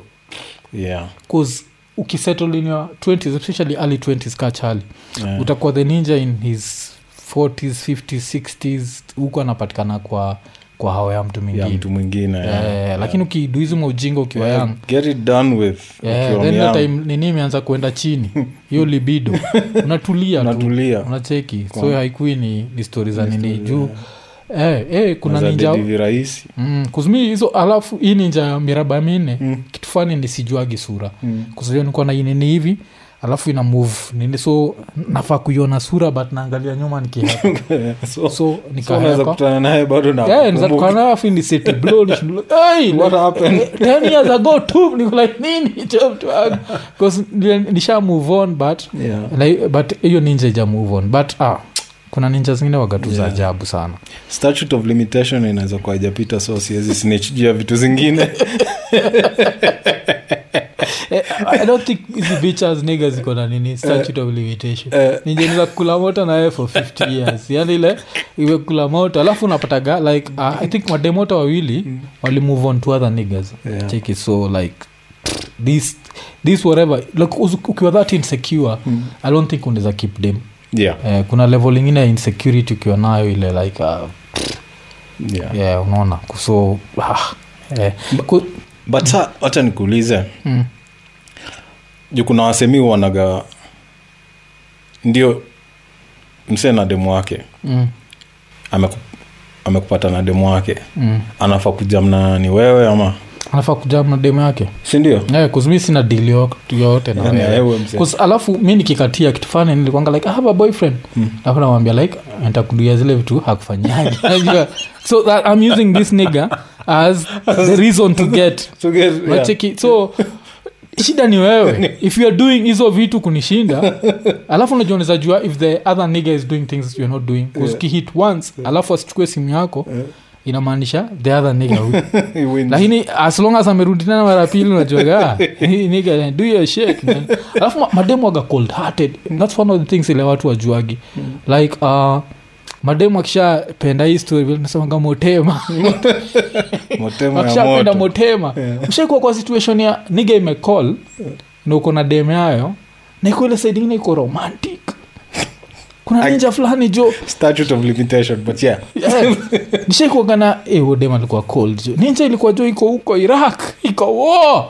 Speaker 2: yeah.
Speaker 1: 'cause ukisettle in your 20s especially early 20s kachali
Speaker 2: Yeah.
Speaker 1: utakuwa the ninja in his 40s 50s 60s huku anapatikana kwa kwa hao ya mtu
Speaker 2: ya
Speaker 1: mwingine
Speaker 2: mtu mwingine
Speaker 1: Eh,
Speaker 2: yeah.
Speaker 1: lakini ukiduizima ujinga ukiwa
Speaker 2: Yeah,
Speaker 1: young
Speaker 2: get it done with
Speaker 1: Yeah,
Speaker 2: ukiwa
Speaker 1: then hiyo
Speaker 2: young.
Speaker 1: time nini imeanza kuenda chini hiyo libido unatulia tu.
Speaker 2: Unatulia.
Speaker 1: unacheki so
Speaker 2: Kwa-
Speaker 1: haikuwi ni, ni stori za nini juu eh, eh, kuna
Speaker 2: Unaweza
Speaker 1: ninja
Speaker 2: deliver rahisi
Speaker 1: mm, kuzumi hizo alafu hii ninja ya miraba minne mm. kitu fani ni sijuagi sura mm. kuzuia nikuwa na inini hivi alafu ina move nini so nafaa kuiona sura but naangalia nyuma nikihaa
Speaker 2: so, so
Speaker 1: so Eh,
Speaker 2: unaweza
Speaker 1: nikahakwa
Speaker 2: kutana naye bado na kukumbuka. What happened?
Speaker 1: nisha move on but
Speaker 2: Yeah.
Speaker 1: like, but hiyo ninja ija move on but ah, kuna ninja zingine wagatu za
Speaker 2: Yeah.
Speaker 1: ajabu sana
Speaker 2: statute of limitation inaweza kuwa haijapita so siwezi snitch juu ya vitu zingine
Speaker 1: Eh, I don't think hizi bitches niggas ziko na nini statute of limitation
Speaker 2: eh.
Speaker 1: ninja inaweza kukula moto na wewe for 50 years yani ile imekula moto alafu unapataga like uh, i think mademoto wawili wali move on to other niggas
Speaker 2: Mm. Yeah.
Speaker 1: cheki so like this this whatever like uzu- ukiwa that insecure
Speaker 2: Mm.
Speaker 1: i don't think unaweza keep them
Speaker 2: yeah,
Speaker 1: eh, kuna level ingine ya insecurity ukiwa nayo ile like uh,
Speaker 2: yeah.
Speaker 1: yeah, unaona so ah, eh. Ku-
Speaker 2: but sa wacha nikuulize
Speaker 1: Mm.
Speaker 2: juu kuna wasemi wanaga ndio msee na demu wake
Speaker 1: mm,
Speaker 2: ameku, amekupata na demu wake
Speaker 1: mm.
Speaker 2: anafaa kujamna ni wewe ama
Speaker 1: anafaa kujamna demu yake
Speaker 2: sindio
Speaker 1: yeah, kuzimi sina dili yoyote na
Speaker 2: Yani,
Speaker 1: wewe.
Speaker 2: wewe msee.
Speaker 1: 'Cause alafu mi nikikatia kitu fani nilikwanga like "I have a boyfriend alafu namwambia like ntakuduia zile vitu hakufanyaji Unajua? so that I'm using this nigger as the reason to get
Speaker 2: So guess- yeah.
Speaker 1: Unacheki? so shida ni wewe if you are doing hizo vitu kunishinda alafu unajua unaweza jua if the other nigger is doing things you're not doing 'Cause ukihit once alafu asichukue simu yako inamaanisha the other nigger will-
Speaker 2: He wins.
Speaker 1: lakini as long as amerudi tena mara ya pili unajuaga "Hii nigga, do your shit, man." alafu ma- mademu waga cold hearted thats one of the things ile watu wajuagi like uh, mademu akishapenda hii story vile tunasemanga motema
Speaker 2: Motema ya
Speaker 1: akishapenda
Speaker 2: moto.
Speaker 1: motema mshaikuwa kwa situation ya niga imecall na uko na demu yayo na iko ile side ingine iko romantic kuna
Speaker 2: Ak-
Speaker 1: ninja fulani jo
Speaker 2: Statute of limitation, but yeah.
Speaker 1: Eh, nishaikuagana wodem eh, alikuwa cold jo ninja ilikuwa jo iko huko iraq iko wo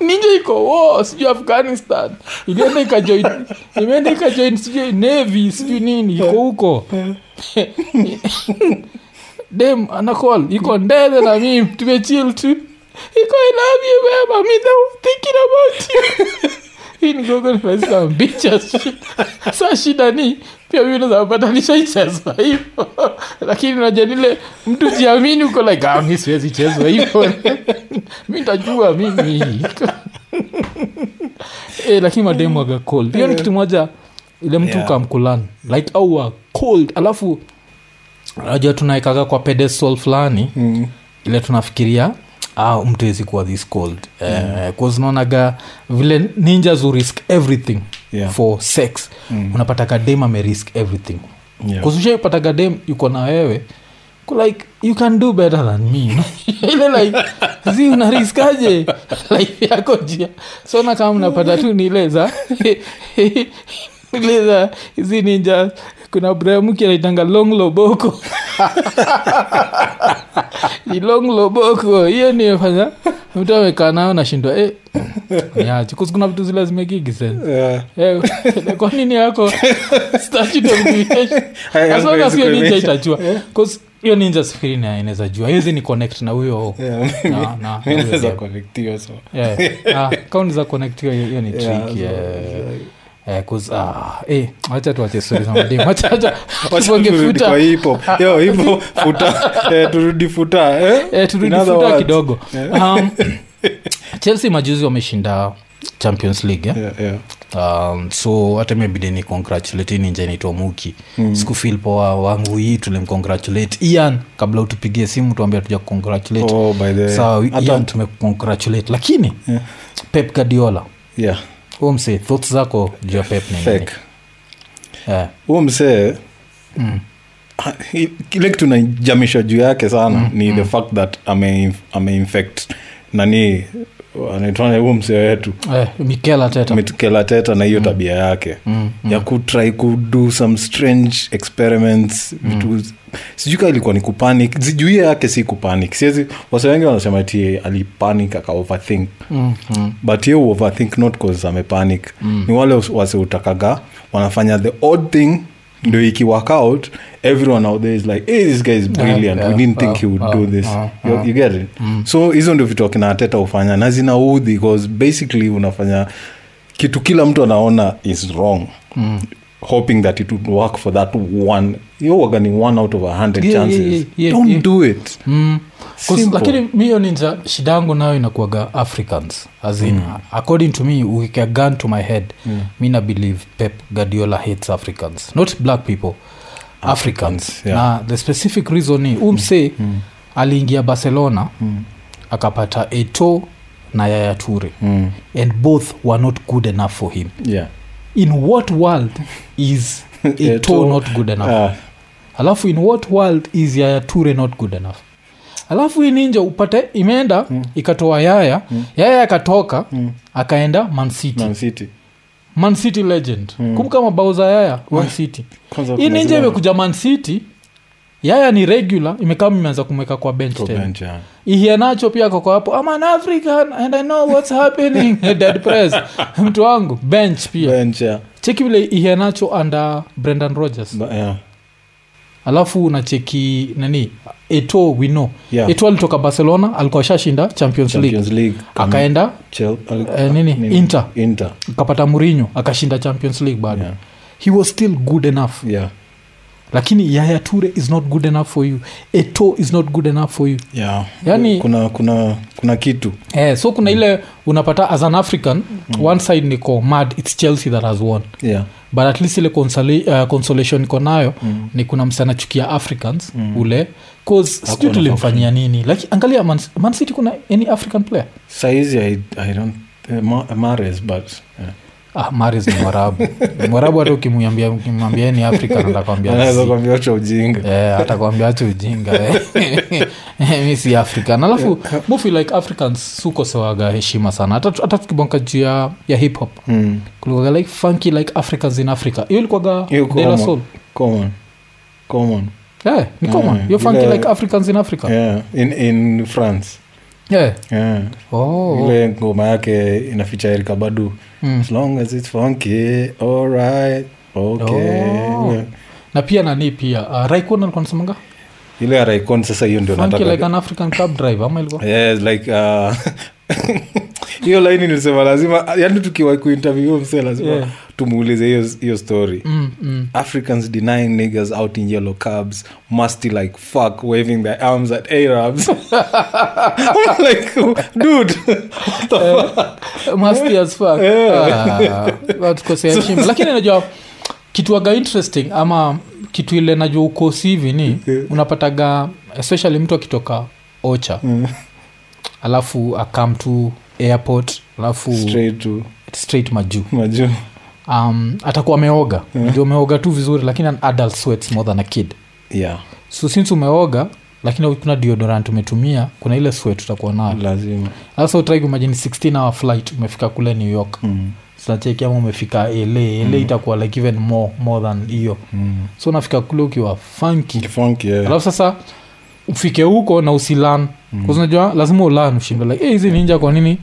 Speaker 1: ninja iko wo sijui afghanistan ilienda ikajoin imeenda ikajoin sijui navy sijui nini iko huko dem anacall iko ndele na mimi tumechil tu iko "I love you baba mi now thinking about you hii ni gogo nifanyisa mbicha sa shida ni pia mi nazapatanisha ichezwa hivo lakini naja nile mtu jiamini uko like ah, mi siwezi chezwa hivo mi ntajua mimi e, lakini mademu waga cold hiyo ni kitu moja ile mtu
Speaker 2: Yeah.
Speaker 1: ukamkulani like au wa cold alafu najua tunaekaga kwa pedestal fulani
Speaker 2: Mm.
Speaker 1: ile tunafikiria ah, mtu hezi kuwa this cold mm. uh, naonaga vile ninjas who risk everything
Speaker 2: Yeah.
Speaker 1: for sex mm. unapataga dem amerisk everything
Speaker 2: Yeah.
Speaker 1: kuzushaipataga dem yuko na wewe ko like you can do better than me ile like zi unariskaje life yako jia sona kama mnapata tu nileza nileza hizi ninja kuna bramuki anaitanga long loboko Ni long loboko hiyo nifanya mtu amekaa nayo nashindwa eh, niache kusi kuna vitu zile zimekigi sasa
Speaker 2: Yeah.
Speaker 1: Eh, kwa nini yako statute of limitation?
Speaker 2: I am
Speaker 1: As long as hiyo ninja
Speaker 2: discrimination.
Speaker 1: itajua 'Cause hiyo ninja sifiri na inaweza jua hizi ni connect na huyo
Speaker 2: Yeah,
Speaker 1: na- na- na
Speaker 2: mi
Speaker 1: huyo
Speaker 2: naweza
Speaker 1: devil.
Speaker 2: connect hiyo, so.
Speaker 1: Yeah. Ah, kaunti za connect hiyo hiyo ni Eh,
Speaker 2: Yeah,
Speaker 1: trick
Speaker 2: so-
Speaker 1: ah, eh, wacha
Speaker 2: Wacha turudi kwa
Speaker 1: tuwachesuizamadimwachaongefuta
Speaker 2: hip hop. Yo, hip hop, futa Eh, turudi futa eh? In other
Speaker 1: turudifuta
Speaker 2: words.
Speaker 1: kidogo
Speaker 2: Yeah.
Speaker 1: um, chelsea majuzi wameshinda champions league eh?
Speaker 2: Yeah, yeah.
Speaker 1: um, so hata mebidi ni congratulate ninjenitomuki mm. sikufil poa wangu hii tulimcongratulate ian kabla utupigie simu tuambia tuja congratulate
Speaker 2: Oh, by the-
Speaker 1: sawa
Speaker 2: hata-
Speaker 1: ian tumecongratulate lakini
Speaker 2: Yeah.
Speaker 1: pep gadiola
Speaker 2: Yeah,
Speaker 1: huo msee thoughts zako juu ya pep ni nini?
Speaker 2: fake.
Speaker 1: Eh, mm.
Speaker 2: huu msee ah, i- kile kitu najamisha juu yake sana ni the fact that ame- ameinfect nani anaitwa huu msee wetu
Speaker 1: eh, mikel ateta
Speaker 2: mitkela teta Mm. na hiyo tabia yake ya kutry kudo some strange experiments vitu sijui ka ilikuwa ni kupanic zijuia yake si kupanic siwezi wase wengi wanasema ti alipanic akaoverthink
Speaker 1: Mm, mm,
Speaker 2: but ye overthink not cause amepanic mm. ni wale wasiutakaga wanafanya the odd thing ndio iki work out everyone out there is like hey, this guy is brilliant yeah, yeah,
Speaker 1: yeah,
Speaker 2: we didn't think
Speaker 1: yeah,
Speaker 2: he would
Speaker 1: yeah,
Speaker 2: do this
Speaker 1: yeah,
Speaker 2: you,
Speaker 1: yeah.
Speaker 2: you get it mm. so hizo ndio vitu akina ateta hufanya na zinaudhi bcause basically unafanya kitu kila mtu anaona is wrong mm hoping that it would work for that one you wagani one out of a hundred
Speaker 1: Yeah, yeah,
Speaker 2: chances
Speaker 1: yeah, yeah,
Speaker 2: don't
Speaker 1: yeah.
Speaker 2: do it
Speaker 1: mm. 'Cause-
Speaker 2: Simple.
Speaker 1: lakini miyo ninja shida yangu nayo inakuaga africans asin mm. according to me ukikia gun to my head mm. mi na believe pep gadiola hates africans not black people africans,
Speaker 2: yeah.
Speaker 1: na the specific reason ni umse mm. aliingia barcelona mm. akapata eto na yaya ture mm. and both were not good enough for him
Speaker 2: yeah
Speaker 1: in what world is eto
Speaker 2: Eto'o,
Speaker 1: not good enough
Speaker 2: Ah,
Speaker 1: alafu in what world is yaya ture not good enough alafu ininja upate imeenda
Speaker 2: Hmm.
Speaker 1: mm. ikatoa yaya mm. yaya akatoka mm. akaenda mancity
Speaker 2: Man City.
Speaker 1: mancity legend
Speaker 2: Hmm.
Speaker 1: mm. kumbuka mabao za yaya mancity
Speaker 2: Kwanza
Speaker 1: hii ninja
Speaker 2: tunaziona.
Speaker 1: imekuja mancity yaya ni regular imekaa imeanza kumweka kwa bench
Speaker 2: Kwa
Speaker 1: tena
Speaker 2: bench, yeah.
Speaker 1: ihianacho pia kako hapo I'm an african and i know what's happening dead press mtu wangu bench pia
Speaker 2: Bench, yeah.
Speaker 1: cheki vile ihianacho under brendan rogers
Speaker 2: Ba- yeah.
Speaker 1: alafu unacheki nani eto wino
Speaker 2: Yeah.
Speaker 1: eto alitoka barcelona alikuwa shashinda champions,
Speaker 2: Champions
Speaker 1: league
Speaker 2: League. Mm. Mm-hmm.
Speaker 1: akaenda
Speaker 2: Chel-
Speaker 1: eh, nini? Inter.
Speaker 2: Inter.
Speaker 1: akapata murinyo akashinda champions league bado
Speaker 2: Yeah.
Speaker 1: he was still good enough
Speaker 2: Yeah.
Speaker 1: lakini yaya ture is not good enough for you eto is not good enough for you
Speaker 2: Yeah.
Speaker 1: Yani-
Speaker 2: kuna kuna kuna kitu
Speaker 1: eh, so
Speaker 2: Mm.
Speaker 1: kuna ile unapata as an african one side niko mad its chelsea that has won
Speaker 2: yeah.
Speaker 1: but at least ile console, uh, consolation iko nayo mm. ni kuna msana chukia africans mm. ule cause sijui
Speaker 2: Hakuna
Speaker 1: tulimfanyia nini lakini angalia Man- man city kuna any african player
Speaker 2: saizi I, I don't, eh, Ma- Mahrez, but eh. yeah.
Speaker 1: ah, maris ni mwarabu mwarabu hata ukimwambia ukimwambia ni african atakwambia
Speaker 2: anaweza
Speaker 1: si.
Speaker 2: kuambia wacha ujinga
Speaker 1: Eh, atakwambia hati ujinga eh. mi si african alafu mufi like africans sukosewaga heshima sana hata hata tukibonka juu ya ya hip hop
Speaker 2: Mm.
Speaker 1: kulikuwaga like funky like africans in africa hiyo ilikuwaga
Speaker 2: Hiyo
Speaker 1: De La
Speaker 2: common.
Speaker 1: soul
Speaker 2: Common. Common.
Speaker 1: yeah, ni common
Speaker 2: Mm.
Speaker 1: Hiyo funky
Speaker 2: Ile-
Speaker 1: like africans in africa
Speaker 2: Yeah. In, in france
Speaker 1: yeah.
Speaker 2: yeah.
Speaker 1: oh.
Speaker 2: ile ngoma yake inaficha erika badu
Speaker 1: Mm.
Speaker 2: as long as it's funky all right okay
Speaker 1: Oh.
Speaker 2: Yeah.
Speaker 1: na pia nani pia uh, raikon alikuwa nasemanga
Speaker 2: ile ya raikon sasa hiyo ndio
Speaker 1: funky
Speaker 2: nataka
Speaker 1: like an african cab driver ama ilikuwa
Speaker 2: yes like uh, hiyo laini nilisema lazima yani tukiwa kuinterview msee lazima
Speaker 1: Yeah.
Speaker 2: tumuulize hiyo hiyo story
Speaker 1: mm, mm.
Speaker 2: africans denying niggers out in yellow cabs musty like fuck waving their arms at arabs I'm like dude what the fuck?
Speaker 1: Musty Eh, as fuck.
Speaker 2: Yeah.
Speaker 1: Ah, watu kosea heshima lakini najua kitu waga interesting ama kitu ile najua ukosi hivi ni
Speaker 2: Yeah.
Speaker 1: unapataga especially mtu akitoka ocha
Speaker 2: Mm.
Speaker 1: alafu akam to airport alafu straight,
Speaker 2: straight to
Speaker 1: majuu
Speaker 2: majuu
Speaker 1: um, atakuwa ameoga ndio umeoga tu vizuri lakini an adult sweats more than a kid
Speaker 2: yeah
Speaker 1: so since umeoga lakini kuna deodorant umetumia kuna ile sweat utakuwa nayo
Speaker 2: lazima Hmm,
Speaker 1: sasa utrai kumajini 16 hour flight umefika kule new york mm. sacheki ama umefika la la
Speaker 2: Mm.
Speaker 1: itakuwa like even more more than hiyo mm. so unafika kule ukiwa funky
Speaker 2: hmm. Kifunky, yeah.
Speaker 1: alafu sasa ufike huko na usilan mm. unajua lazima ulan ushindwe like "Eh, hizi ninja kwa nini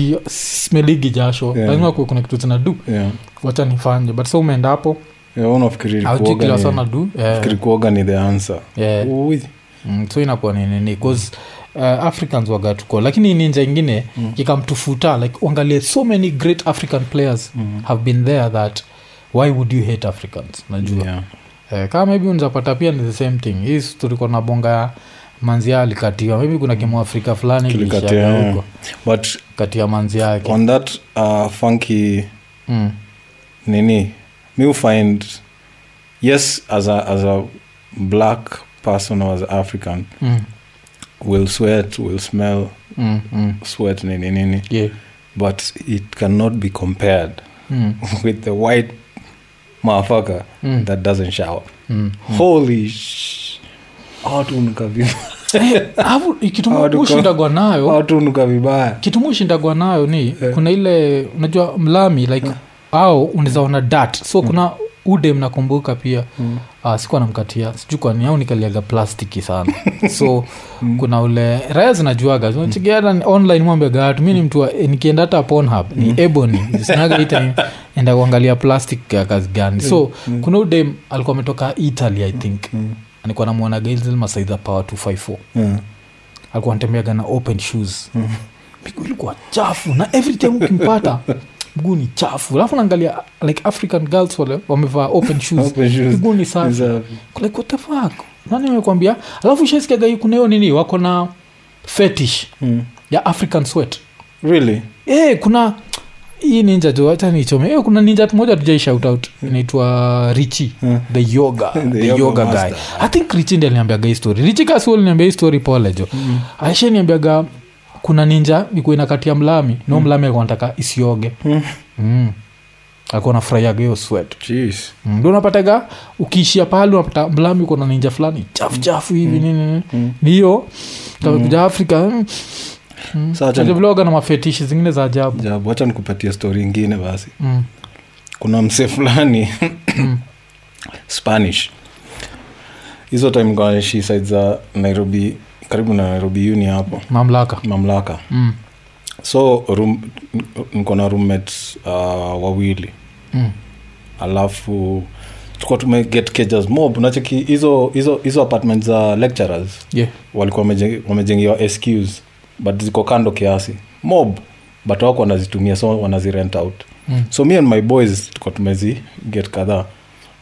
Speaker 1: hazismeligi jasho
Speaker 2: Mm. Yeah.
Speaker 1: lazima kuwe kuna kitu zinadu
Speaker 2: Yeah.
Speaker 1: wacha nifanye but sa umeenda hapo
Speaker 2: Yeah, unafikiri
Speaker 1: auchi
Speaker 2: kuoga
Speaker 1: kila
Speaker 2: ni-
Speaker 1: sana du Eh,
Speaker 2: fikiri kuoga ni the answer
Speaker 1: eh.
Speaker 2: Ui.
Speaker 1: mm, so inakuwa ni nini bcause uh, africans waga tuko lakini ninja ingine mm. ikamtufuta like uangalie so many great african players
Speaker 2: Hmm.
Speaker 1: mm. have been there that why would you hate africans najua
Speaker 2: Yeah.
Speaker 1: eh, kama maybe unizapata pia ni the same thing hii si tulikuwa na bonga ya manzia alikatiwa maybe kuna kimuafrika fulani
Speaker 2: Kilikatia,
Speaker 1: kilishaka
Speaker 2: yeah.
Speaker 1: huko
Speaker 2: but
Speaker 1: katia manzi yake
Speaker 2: on that uh, funky
Speaker 1: mm.
Speaker 2: nini mi ufind yes as a, as a black person or as an african
Speaker 1: Mm.
Speaker 2: will sweat will smell
Speaker 1: Mm. Mm.
Speaker 2: sweat nini nini
Speaker 1: Yeah.
Speaker 2: but it cannot be compared
Speaker 1: Mm.
Speaker 2: with the white motherfucker
Speaker 1: Mm.
Speaker 2: that doesn't shower
Speaker 1: Mm.
Speaker 2: holy sh hatunuka vibaya
Speaker 1: Eh,
Speaker 2: Hao tuko-
Speaker 1: kitushindagwa nayo
Speaker 2: hatunuka vibaya
Speaker 1: kitu mushindagwa nayo ni
Speaker 2: Eh.
Speaker 1: kuna ile unajua mlami like au unizaona dat so kuna udem nakumbuka pia
Speaker 2: Mm.
Speaker 1: uh, sikuwa namkatia sijuu kwani au nikaliaga plastiki sana so
Speaker 2: Mm.
Speaker 1: kuna ule raya zinajuaga So, cheki hata online mwambiaga watu mi ni
Speaker 2: Mm.
Speaker 1: mtu wa- eh, nikienda hata ponhub ni ebony sinaga itime enda kuangalia plastic ya kazi gani so
Speaker 2: Mm.
Speaker 1: kuna udem alikuwa ametoka italy i think alikuwa namwonaga ilmasaiza power 254
Speaker 2: Hmm. Yeah.
Speaker 1: alikuwa anatembeaga na open shoes miguu ilikuwa chafu na every time ukimpata mguu ni chafu alafu naangalia like african girls wale wamevaa open shoes
Speaker 2: Open shoes.
Speaker 1: miguu ni safi
Speaker 2: Exactly.
Speaker 1: like what the fuck nani amekwambia alafu shaisikiaga hii kuna hiyo nini wako na fetish
Speaker 2: Mm.
Speaker 1: ya african sweat
Speaker 2: really
Speaker 1: e, kuna hii ninja jo hata nichome e, kuna ninja moja tujai shout out inaitwa richi
Speaker 2: Yeah.
Speaker 1: the yoga the, yoga,
Speaker 2: yoga
Speaker 1: guy
Speaker 2: master.
Speaker 1: i think richi ndi aliniambiaga hii story richi kasi aliniambia hii story pole jo
Speaker 2: Hmm.
Speaker 1: mm. aishaniambiaga kuna ninja ikuwa inakatia mlami no mlami alikuwa anataka isioge
Speaker 2: Hmm.
Speaker 1: mm. mm. alikuwa anafurahiaga hiyo sweat
Speaker 2: jeez
Speaker 1: Mm, ndo unapataga ukiishia pahali unapata mlami uko na ninja fulani chafu chafu hivi nini nini. Ni hiyo kamekuja afrika Hmm. mm.
Speaker 2: Sasa acha
Speaker 1: Unajua vile waga na mafetishi zingine za ajabu
Speaker 2: jabu hacha nikupatia stori ingine basi
Speaker 1: mm.
Speaker 2: kuna msee fulani spanish hizo time kashi side za nairobi karibu na nairobi uni hapo
Speaker 1: mamlaka
Speaker 2: mamlaka
Speaker 1: mm.
Speaker 2: so room, niko na roommates uh, wawili
Speaker 1: Mm.
Speaker 2: alafu tukuwa tumeget cages mob nacheki hizo hizo hizo apartment za lecturers
Speaker 1: yeah.
Speaker 2: walikuwa wameje- wamejengewa sqs but ziko kando kiasi mob but wako wanazitumia so wanazirent out
Speaker 1: Mm.
Speaker 2: so me and my boys tuko tumezi get kadhaa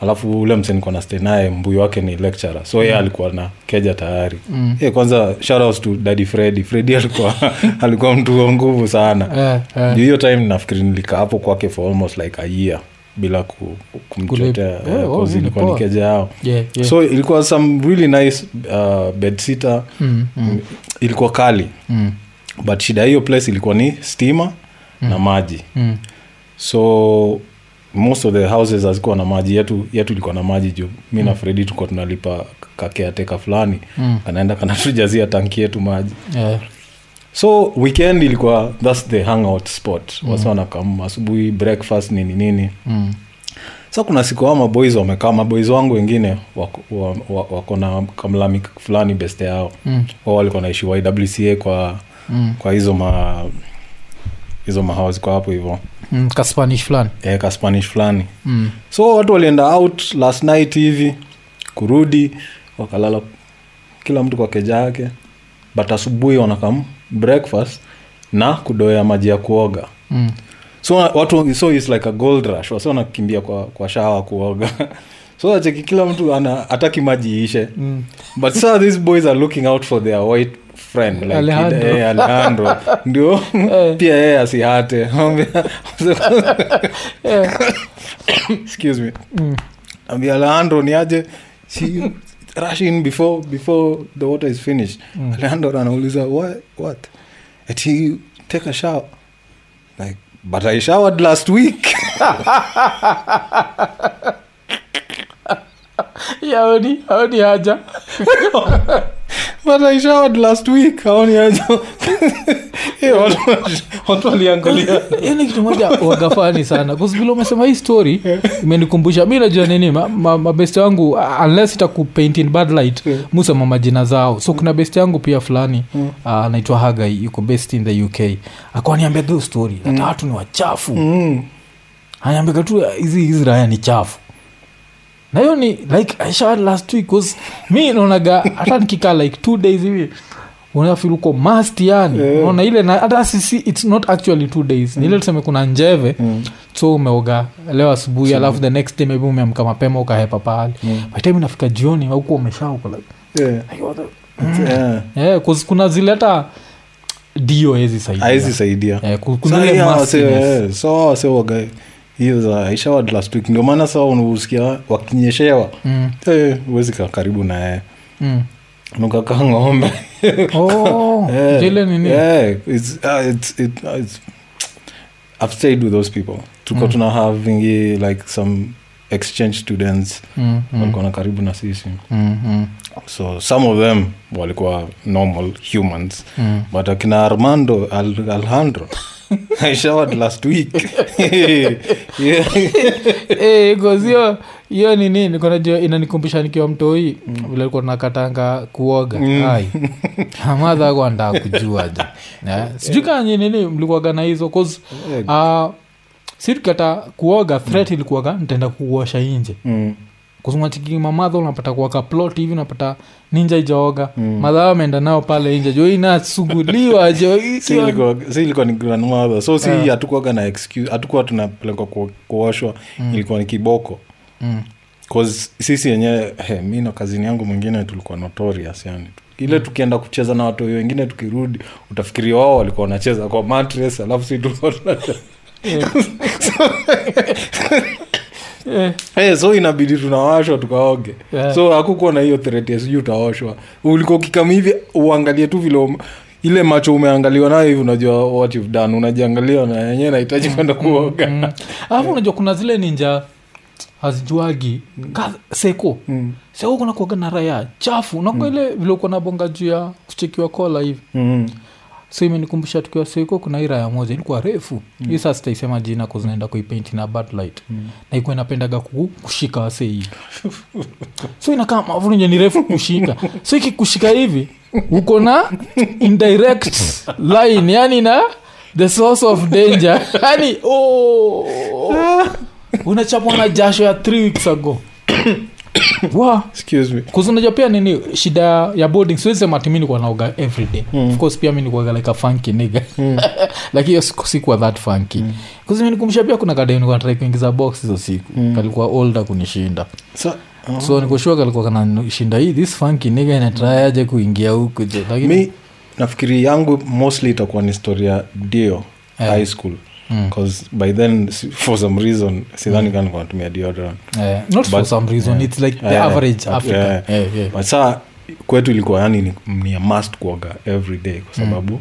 Speaker 2: alafu ule mse niko na stay naye mbuyu wake ni lecturer so yeye alikuwa na keja tayari
Speaker 1: Mm.
Speaker 2: Eh, kwanza shoutouts to dadi fredi fredi alikuwa alikuwa mtu wa nguvu sana
Speaker 1: Eh, eh.
Speaker 2: Juu hiyo time nafikiri nilikaa hapo kwake for almost like a year bila ku, kumchotea
Speaker 1: Kulipa. Eh,
Speaker 2: eh,
Speaker 1: oh,
Speaker 2: 'cause
Speaker 1: hii ni
Speaker 2: ilikuwa ni
Speaker 1: poa.
Speaker 2: keja yao
Speaker 1: Yeah, yeah.
Speaker 2: so ilikuwa some really nice uh, bed sitter
Speaker 1: Mm,
Speaker 2: mm. ilikuwa kali
Speaker 1: mm,
Speaker 2: but shida ya hiyo place ilikuwa ni stima mm. na maji
Speaker 1: mm,
Speaker 2: so most of the houses hazikuwa na maji yetu yetu ilikuwa na maji juu mi na fredi tukuwa tunalipa kakeateka fulani
Speaker 1: Mm.
Speaker 2: kanaenda kanatujazia tanki yetu maji
Speaker 1: eh,
Speaker 2: so weekend ilikuwa thats the hangout spot mm. wasa wanakam asubuhi breakfast nini nini
Speaker 1: mm,
Speaker 2: sa kuna siku ama boys wamekaa maboys wangu wengine wako, wa, wa, wako na kamlami fulani beste yao
Speaker 1: mm,
Speaker 2: wao walikuwa naishi ywca kwa
Speaker 1: mm,
Speaker 2: kwa hizo ma hizo mahausi kwa hapo hivyo
Speaker 1: mm, kaspanish fulani
Speaker 2: Eh, ka spanish fulani
Speaker 1: mm,
Speaker 2: so watu walienda out last night hivi kurudi wakalala kila mtu kwa keja yake but asubuhi wanakam breakfast na kudoya maji ya kuoga
Speaker 1: mm,
Speaker 2: so watu so is like a gold rush wasi wanakimbia kwa, kwa shawa kuoga so acheki kila mtu ana ataki maji iishe
Speaker 1: mm,
Speaker 2: but sir these boys are looking out for their white friend like
Speaker 1: Alejandro.
Speaker 2: eh, alejandro ndio
Speaker 1: Eh.
Speaker 2: pia yeye asihate
Speaker 1: eh,
Speaker 2: excuse me
Speaker 1: mm,
Speaker 2: ambia alejandro ni aje she rush in before before the water is finished
Speaker 1: Mm.
Speaker 2: alejandro anauliza what what and he take a shower like but i showered last week
Speaker 1: yaoni aoni haja
Speaker 2: but i showered last week aoni aje Eh, watu- watu waliangalia
Speaker 1: yani kitu moja wagafani sana kwa sababu vile umesema hii story imenikumbusha mi najua nini ma- ma- mabesti ma wangu uh, unless itakupaint in bad light
Speaker 2: Yeah.
Speaker 1: musema majina zao so kuna besti yangu pia fulani
Speaker 2: Mm.
Speaker 1: uh, anaitwa hagai yuko best in the uk akawaniambia hiyo story hata watu ni wachafu
Speaker 2: mm.
Speaker 1: anaambiaga tu uh, hizi hizi raya ni chafu na hiyo ni like I showered last week 'cause mi naonaga hata nikikaa like two days hivi unafil uko mast yani
Speaker 2: Yeah.
Speaker 1: unaona ile na hata sisi its not actually two days ni ile tuseme kuna njeve
Speaker 2: Mm.
Speaker 1: so umeoga leo asubuhi alafu the next day maybe umeamka mapema ukahepa pahali
Speaker 2: Mm.
Speaker 1: by time inafika jioni auko umeshauko like,
Speaker 2: Yeah.
Speaker 1: "Ay, what the-"
Speaker 2: Yeah.
Speaker 1: yeah, 'cause kuna zile hata dio hezi saidia.
Speaker 2: haezi saidia
Speaker 1: Yeah, ku-
Speaker 2: Saa
Speaker 1: kuna ile
Speaker 2: hii hawa
Speaker 1: mustiness.
Speaker 2: wase- eh, so hawa wase waga hiyo za Aisha ward last week ndio maana saa unausikia wakinyeshewa
Speaker 1: Mm,
Speaker 2: Eh, huwezi kaa karibu naye
Speaker 1: mm.
Speaker 2: nukakaa ng'ombe
Speaker 1: Oh,
Speaker 2: Eh,
Speaker 1: jele nini
Speaker 2: yeah, it's- ah, it's- it- ah, it's- I've stayed with those people tuko
Speaker 1: Mm.
Speaker 2: tuna havingi like some exchange students
Speaker 1: Mm, mm.
Speaker 2: walikuwa na karibu na sisi
Speaker 1: Mm, mm,
Speaker 2: so some of them walikuwa normal humans
Speaker 1: mm.
Speaker 2: but akina armando Al- alejandro i showered last week yeah.
Speaker 1: Eh, 'cause hiyo hiyo ni nini niko najua inanikumbusha nikiwa mtoi vile alikuwa tunakatanga kuoga Ai. hamadha hakuwa anataka kujua ja Yeah. sijui kaa nini mlikuaga na hizo 'cause,
Speaker 2: Eh,
Speaker 1: ah, si tukikata kuoga threat ilikuwaga nitaenda kuosha inje
Speaker 2: mm,
Speaker 1: kuzungachiki mamadha unapata kuwaka plot hivi unapata ninja ijaoga
Speaker 2: Mm.
Speaker 1: madhaa ameenda nao pale inje jo inasuguliwa jo
Speaker 2: si ilikuwa- si ilikuwa ni grandmother so si
Speaker 1: Ah.
Speaker 2: hatukuwaga na excuse hatukuwa tunapelekwa ku- kuoshwa ilikuwa ni kiboko
Speaker 1: Mm.
Speaker 2: 'Cause sisi wenyewe he, mi na kazini yangu mwingine tulikuwa notorious yani ile tukienda kucheza na watoi wengine tukirudi utafikiria wao walikuwa wanacheza kwa mattress alafu si tulikuwa tunacheza
Speaker 1: Eh. Eh.
Speaker 2: Eh, so inabidi tunawashwa tukaoge
Speaker 1: Yeah.
Speaker 2: so hakukuwa na hiyo threat ya sijui utaoshwa ulikuwa ukikama hivi uangalie tu vile ume- ile macho umeangaliwa nayo hivi unajua what you've done unajiangalia na yenyewe nahitaji kwenda kuoga
Speaker 1: Mm. alafu unajua kuna zile ninja hazijuagi Ka- seko
Speaker 2: Mm.
Speaker 1: seko kuna kuaga na raya chafu nakwa ile vile uko na bonga juu ya kuchekiwa kola hivi
Speaker 2: Mm.
Speaker 1: so imenikumbusha tukiwa seko kuna hii raya moja ilikuwa refu mm. hii sasa sitaisema jina kuzinaenda kuipainti na bad light mm. na ikuwa inapendaga ku, kushika wase hivi so inakaa mavunje ni refu kushika so ikikushika hivi uko na indirect line yani na the source of danger yani oh, unachapwa na jasho ya three weeks ago wa
Speaker 2: Excuse me.
Speaker 1: kuzunajua pia nini shida ya boarding siwezi sema ati mi nikuwa naoga everyday mm. of course pia mi nikuaga like a funky nigga mm. lakini hiyo siku- sikuwa that funky mm. kuzimenikumbusha pia kuna kadai nikuwa natrai kuingiza box hizo siku mm. kalikuwa older kunishinda
Speaker 2: Sa- ah.
Speaker 1: so nikushua kalikuwa kanashinda hii this funky nigga inatrayaje kuingia huku je lakini
Speaker 2: mi nafikiri yangu mostly itakuwa ni story ya dio
Speaker 1: Eh.
Speaker 2: high school
Speaker 1: Mm.
Speaker 2: 'Cause by then si- for some reason sidhani mm. natumia deodorant
Speaker 1: eh, not for
Speaker 2: But-
Speaker 1: some reason
Speaker 2: yeah.
Speaker 1: it's like the
Speaker 2: Yeah.
Speaker 1: average
Speaker 2: Yeah.
Speaker 1: african
Speaker 2: Yeah.
Speaker 1: Eh, eh.
Speaker 2: but saa kwetu ilikuwa yani ni, ni a must kuoga every day kwa sababu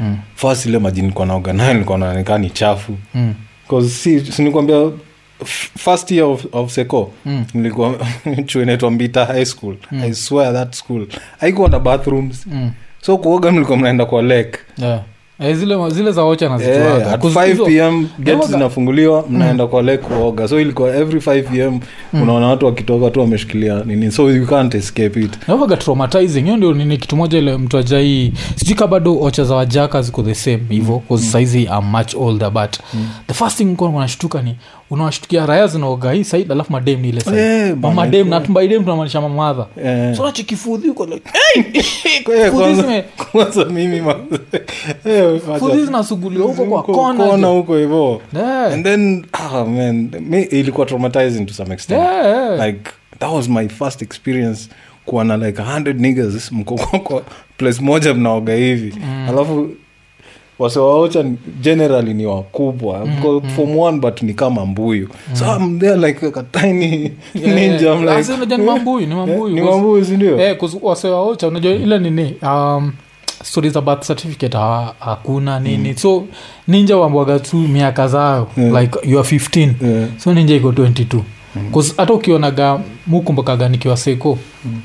Speaker 1: Mm.
Speaker 2: first ile maji nilikuwa naoga nayo nilikuwa naonekana ni chafu
Speaker 1: Mm.
Speaker 2: 'Cause si sinikwambia first year of, of seco
Speaker 1: Mm.
Speaker 2: nilikuwa chuo inaitwa mbita high school i swear that school haikuwa na bathrooms
Speaker 1: Mm.
Speaker 2: so kuoga mlikuwa mnaenda kwa lake
Speaker 1: Yeah. Eh, zile, zile za ocha
Speaker 2: Eh, at 5
Speaker 1: nazijuaga
Speaker 2: pm gate
Speaker 1: Naoga.
Speaker 2: zinafunguliwa mnaenda kwa lake kuoga so ilikuwa every 5 pm unaona watu wakitoka tu wameshikilia nini so you can't escape it
Speaker 1: navaga traumatizing hiyo ndio nini kitu moja ile mtu ajai sijui ka bado ocha za wajaka ziko the same hivo
Speaker 2: Mm.
Speaker 1: bcause saizi am much older but the first thing nilikuwa wanashtuka ni unawashtukia raya zinaoga hii said alafu madem ni ile
Speaker 2: Eh, bana,
Speaker 1: saidmadem na tumaidem tunamaanisha mamadha
Speaker 2: Eh.
Speaker 1: so nachikifudhi huko like, "Hey!"
Speaker 2: Kwa hiyo
Speaker 1: Fudhi
Speaker 2: kwanza-
Speaker 1: zime-
Speaker 2: kwanza mimi ma- Eh, wacha-
Speaker 1: fudhi zinasuguliwa huko kwa
Speaker 2: huko-
Speaker 1: kona Eh.
Speaker 2: kona
Speaker 1: jo.
Speaker 2: huko hivo
Speaker 1: Yeah.
Speaker 2: and then ah, man, mi ilikuwa traumatizing to some extent
Speaker 1: Yeah, yeah.
Speaker 2: like that was my first experience kuwa na like 100 niggers mko kwa- kwa place moja mnaoga hivi
Speaker 1: Mm.
Speaker 2: alafu wasewaocha generally ni wakubwa
Speaker 1: Mm,
Speaker 2: mko form one but ni kama mbuyu so I'm there like a tiny
Speaker 1: Yeah, yeah.
Speaker 2: ninja I'm
Speaker 1: Ah, si unajua ni mambuyu, ni mambuyu.
Speaker 2: Eh, ni mambuyu sindio
Speaker 1: Eh, 'cause wasewaocha unajua ile nini um, stori za birth certificate ha- hakuna nini so ninja wambwaga tu miaka zao like you are 15
Speaker 2: Yeah.
Speaker 1: so ninja iko 22 'Cause hata ukionaga mukumbukaga nikiwa seko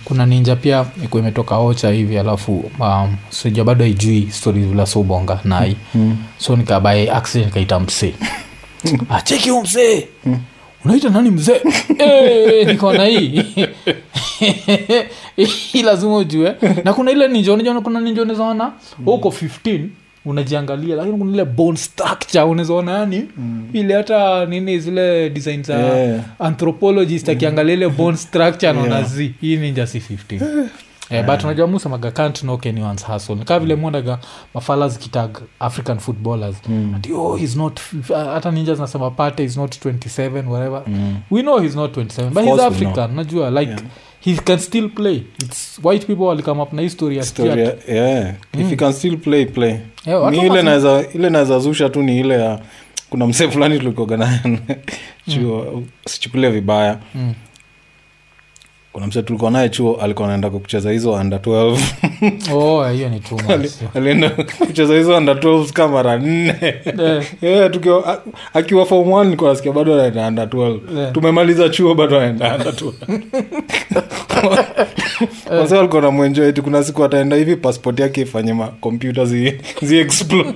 Speaker 1: kuna ninja pia ikuwa imetoka ocha hivi alafu um, sija bado haijui stori vila sobonga nai so nikabae accident kaita msee acheki huu Ah, mzee unaita nani mzee Eh, nikaona hii hii lazima ujue na kuna ile ninja unajua kuna ninja unawezaona uko 15 unajiangalia lakini kuna ile bone structure unawezaona yani ile hata nini zile design za
Speaker 2: Yeah.
Speaker 1: anthropologist akiangalia ile bone structure naona zi hii ninja si 15 Eh, but unajua musemaga can't knock anyone's hustle kaa vile mwandaga mafala zikitag african footballers
Speaker 2: Mm.
Speaker 1: ati oh he's not f- ah, hata ninja zinasema pate is not 27 whatever we know he's not 27 but
Speaker 2: Mm. Of
Speaker 1: he's
Speaker 2: course we
Speaker 1: african najua like
Speaker 2: Yeah.
Speaker 1: he can still play its white people walikame up na history ya
Speaker 2: Story
Speaker 1: Fiat.
Speaker 2: ya- yeah. if you can still play play
Speaker 1: Yeah, Mm. watu
Speaker 2: ni ile
Speaker 1: wanasema-
Speaker 2: naweza ile naweza zusha tu ni ile ya kuna msee fulani tulikoga naye chuo sichukulia vibaya
Speaker 1: Mm.
Speaker 2: kuna msee tulikuwa naye chuo alikuwa anaenda kucheza hizo under 12
Speaker 1: oh hiyo ni too much.
Speaker 2: Ali- alienda kucheza hizo under 12 kama mara nne
Speaker 1: Eh,
Speaker 2: yeah, tukiwa a- akiwa form one nilikuwa nasikia bado anaenda under 12
Speaker 1: Yeah.
Speaker 2: tumemaliza chuo bado anaenda under 12 wase walikuwa namwenjoa eti kuna siku ataenda hivi passport yake ifanye makompyuta zi, zi explode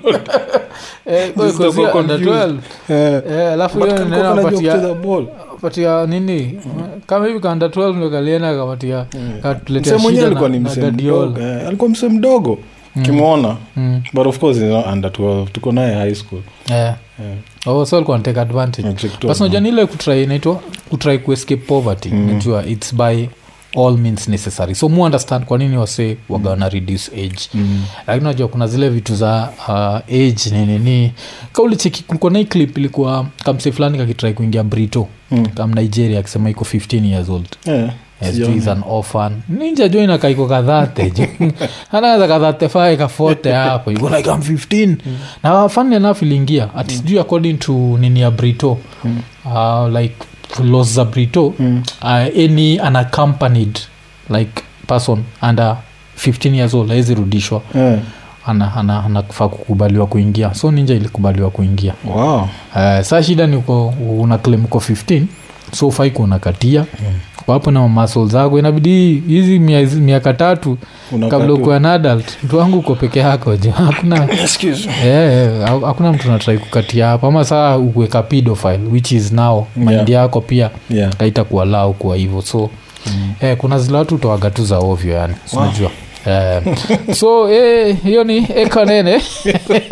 Speaker 1: eh,
Speaker 2: Just
Speaker 1: because
Speaker 2: about
Speaker 1: you're under
Speaker 2: confused.
Speaker 1: 12.
Speaker 2: Eh,
Speaker 1: Eh, alafu
Speaker 2: but
Speaker 1: hiyo
Speaker 2: kalikuwa
Speaker 1: neno
Speaker 2: kanajua
Speaker 1: anapatia-
Speaker 2: kucheza ball.
Speaker 1: patia nini kama hivi kanda 12 ndo kalienda kapatia
Speaker 2: msee
Speaker 1: katuletea
Speaker 2: mwenyewe
Speaker 1: Mm. shida na-
Speaker 2: alikuwa ni
Speaker 1: na
Speaker 2: msee
Speaker 1: Guardiola.
Speaker 2: mdogo Eh, alikuwa msee mdogo kimwona
Speaker 1: Mm,
Speaker 2: but of course he's not under 12 tuko naye high school
Speaker 1: eh.
Speaker 2: Eh,
Speaker 1: oh so alikuwa anatake advantage
Speaker 2: eh, check to-
Speaker 1: basnaja nile kutrai naitwa kutrai kuescape poverty mm. najua its by all means necessary so mu understand kwa nini wase wagawana reduce age
Speaker 2: Mm.
Speaker 1: lakini najua kuna zile vitu za uh, age ninini kaulicheki kulikuwa na hii clip ilikuwa kamse fulani kakitrai kuingia brito
Speaker 2: Mm.
Speaker 1: kam nigeria akisema iko 15 years old
Speaker 2: Eh,
Speaker 1: Yes,
Speaker 2: sijaona.
Speaker 1: jo is an orphan ninja jo inakaiko kadhate jo anaweza kadhate fae kafote hapo yuko like I'm 15 na funny enough iliingia ati sijui according to nini ya brito uh, like laws za brito
Speaker 2: Mm.
Speaker 1: uh, any unaccompanied like person under 15 years old awezi rudishwa
Speaker 2: Eh,
Speaker 1: anafaa ana, anafaa kukubaliwa kuingia so ninja ilikubaliwa kuingia
Speaker 2: wow
Speaker 1: Eh, saa shida niko una claim uko 15 so ufai kuunakatia wapo na mamasol zako inabidi hizi miezi- miaka tatu kabla
Speaker 2: Unakatu-
Speaker 1: ukuwa na adult mtu wangu uko peke yako jo hakuna
Speaker 2: Excuse me.
Speaker 1: Eh, eh, ha- hakuna mtu natrai kukatia hapo ama saa ukuweka pidofile which is now mind
Speaker 2: Yeah.
Speaker 1: yako pia
Speaker 2: Yeah.
Speaker 1: kaita kuwalau kuwa hivyo so mm. eh, kuna zile watu utoaga tu za ovyo yani
Speaker 2: Wow.
Speaker 1: sinajua eh, so eh, hiyo ni ekanene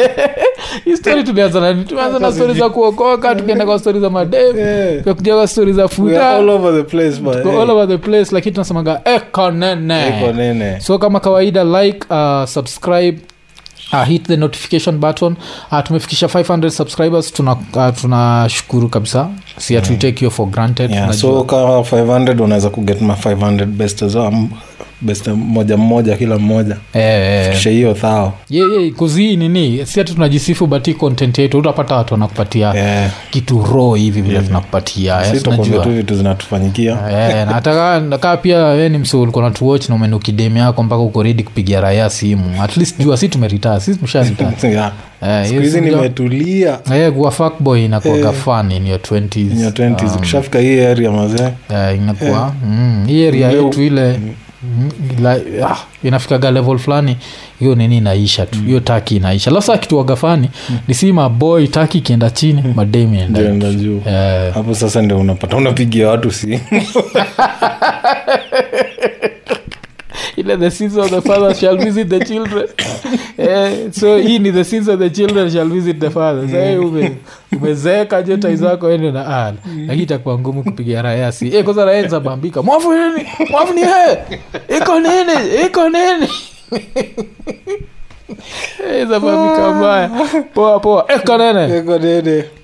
Speaker 1: hii story tulianza nani tumeanza na stori za kuokoka tukienda kwa stori za mademu
Speaker 2: Eh,
Speaker 1: tukakuja kwa stori za
Speaker 2: we
Speaker 1: futa
Speaker 2: are all over the place, but,
Speaker 1: tuko
Speaker 2: eh,
Speaker 1: all over Eh. the place lakini tunasemaga ekanene
Speaker 2: iko nene.
Speaker 1: so kama kawaida like uh, subscribe Uh, hit the notification button uh, tumefikisha 500 subscribers tunashukuru uh, tunashukuru kabisa si yeah. take hiyo for granted
Speaker 2: Yeah,
Speaker 1: Tunajua-
Speaker 2: so kama 500 unaweza kuget ma 500 best za best moja mmoja kila mmoja
Speaker 1: eh,
Speaker 2: kisha hiyo thao
Speaker 1: yeah, yeah, 'cause hii nini si hati tunajisifu but hii content yetu utapata watu wanakupatia
Speaker 2: Eh,
Speaker 1: kitu ro hivi vile tunakupatia Ah, yes,
Speaker 2: si tukwambia
Speaker 1: unajua.
Speaker 2: tu vitu zinatufanyikia
Speaker 1: Eh, na hata ka- kaa pia we ni mse ulikuwa natuwatch na umeenda kidemi yako mpaka uko redi kupigia raya simu at least jua si tumeritaa si Eh, tumsharita
Speaker 2: Yeah. siku hizi nimetulia
Speaker 1: Eh, kuwa fuckboy inakuwaga fun in your 20s.
Speaker 2: in your
Speaker 1: Ah.
Speaker 2: 20s ukishafika hii area mazee
Speaker 1: Eh, inakuwa mm, hii area
Speaker 2: Leo-
Speaker 1: yetu ile mm, ila- ah, inafikaga level fulani hiyo nini inaisha
Speaker 2: Mm.
Speaker 1: tu hiyo taki inaisha alafu saa kituaga fani ni si maboy taki ikienda chini mademi inaenda
Speaker 2: ndio
Speaker 1: juu.
Speaker 2: enda juu
Speaker 1: Eh,
Speaker 2: hapo sasa ndio unapata unapigia watu si
Speaker 1: ile the sins of the father shall visit the children eh, so hii ni the sins of the children shall visit the father sa so, eh, ume, umezeeka je tai zako ende na ala lakini itakuwa ngumu kupiga rayasi eh, kwanza raya zabambika mwafu nini mwafu ni he iko nini iko nini Eh, zabambika mbaya poa poa eko nene
Speaker 2: Iko nene.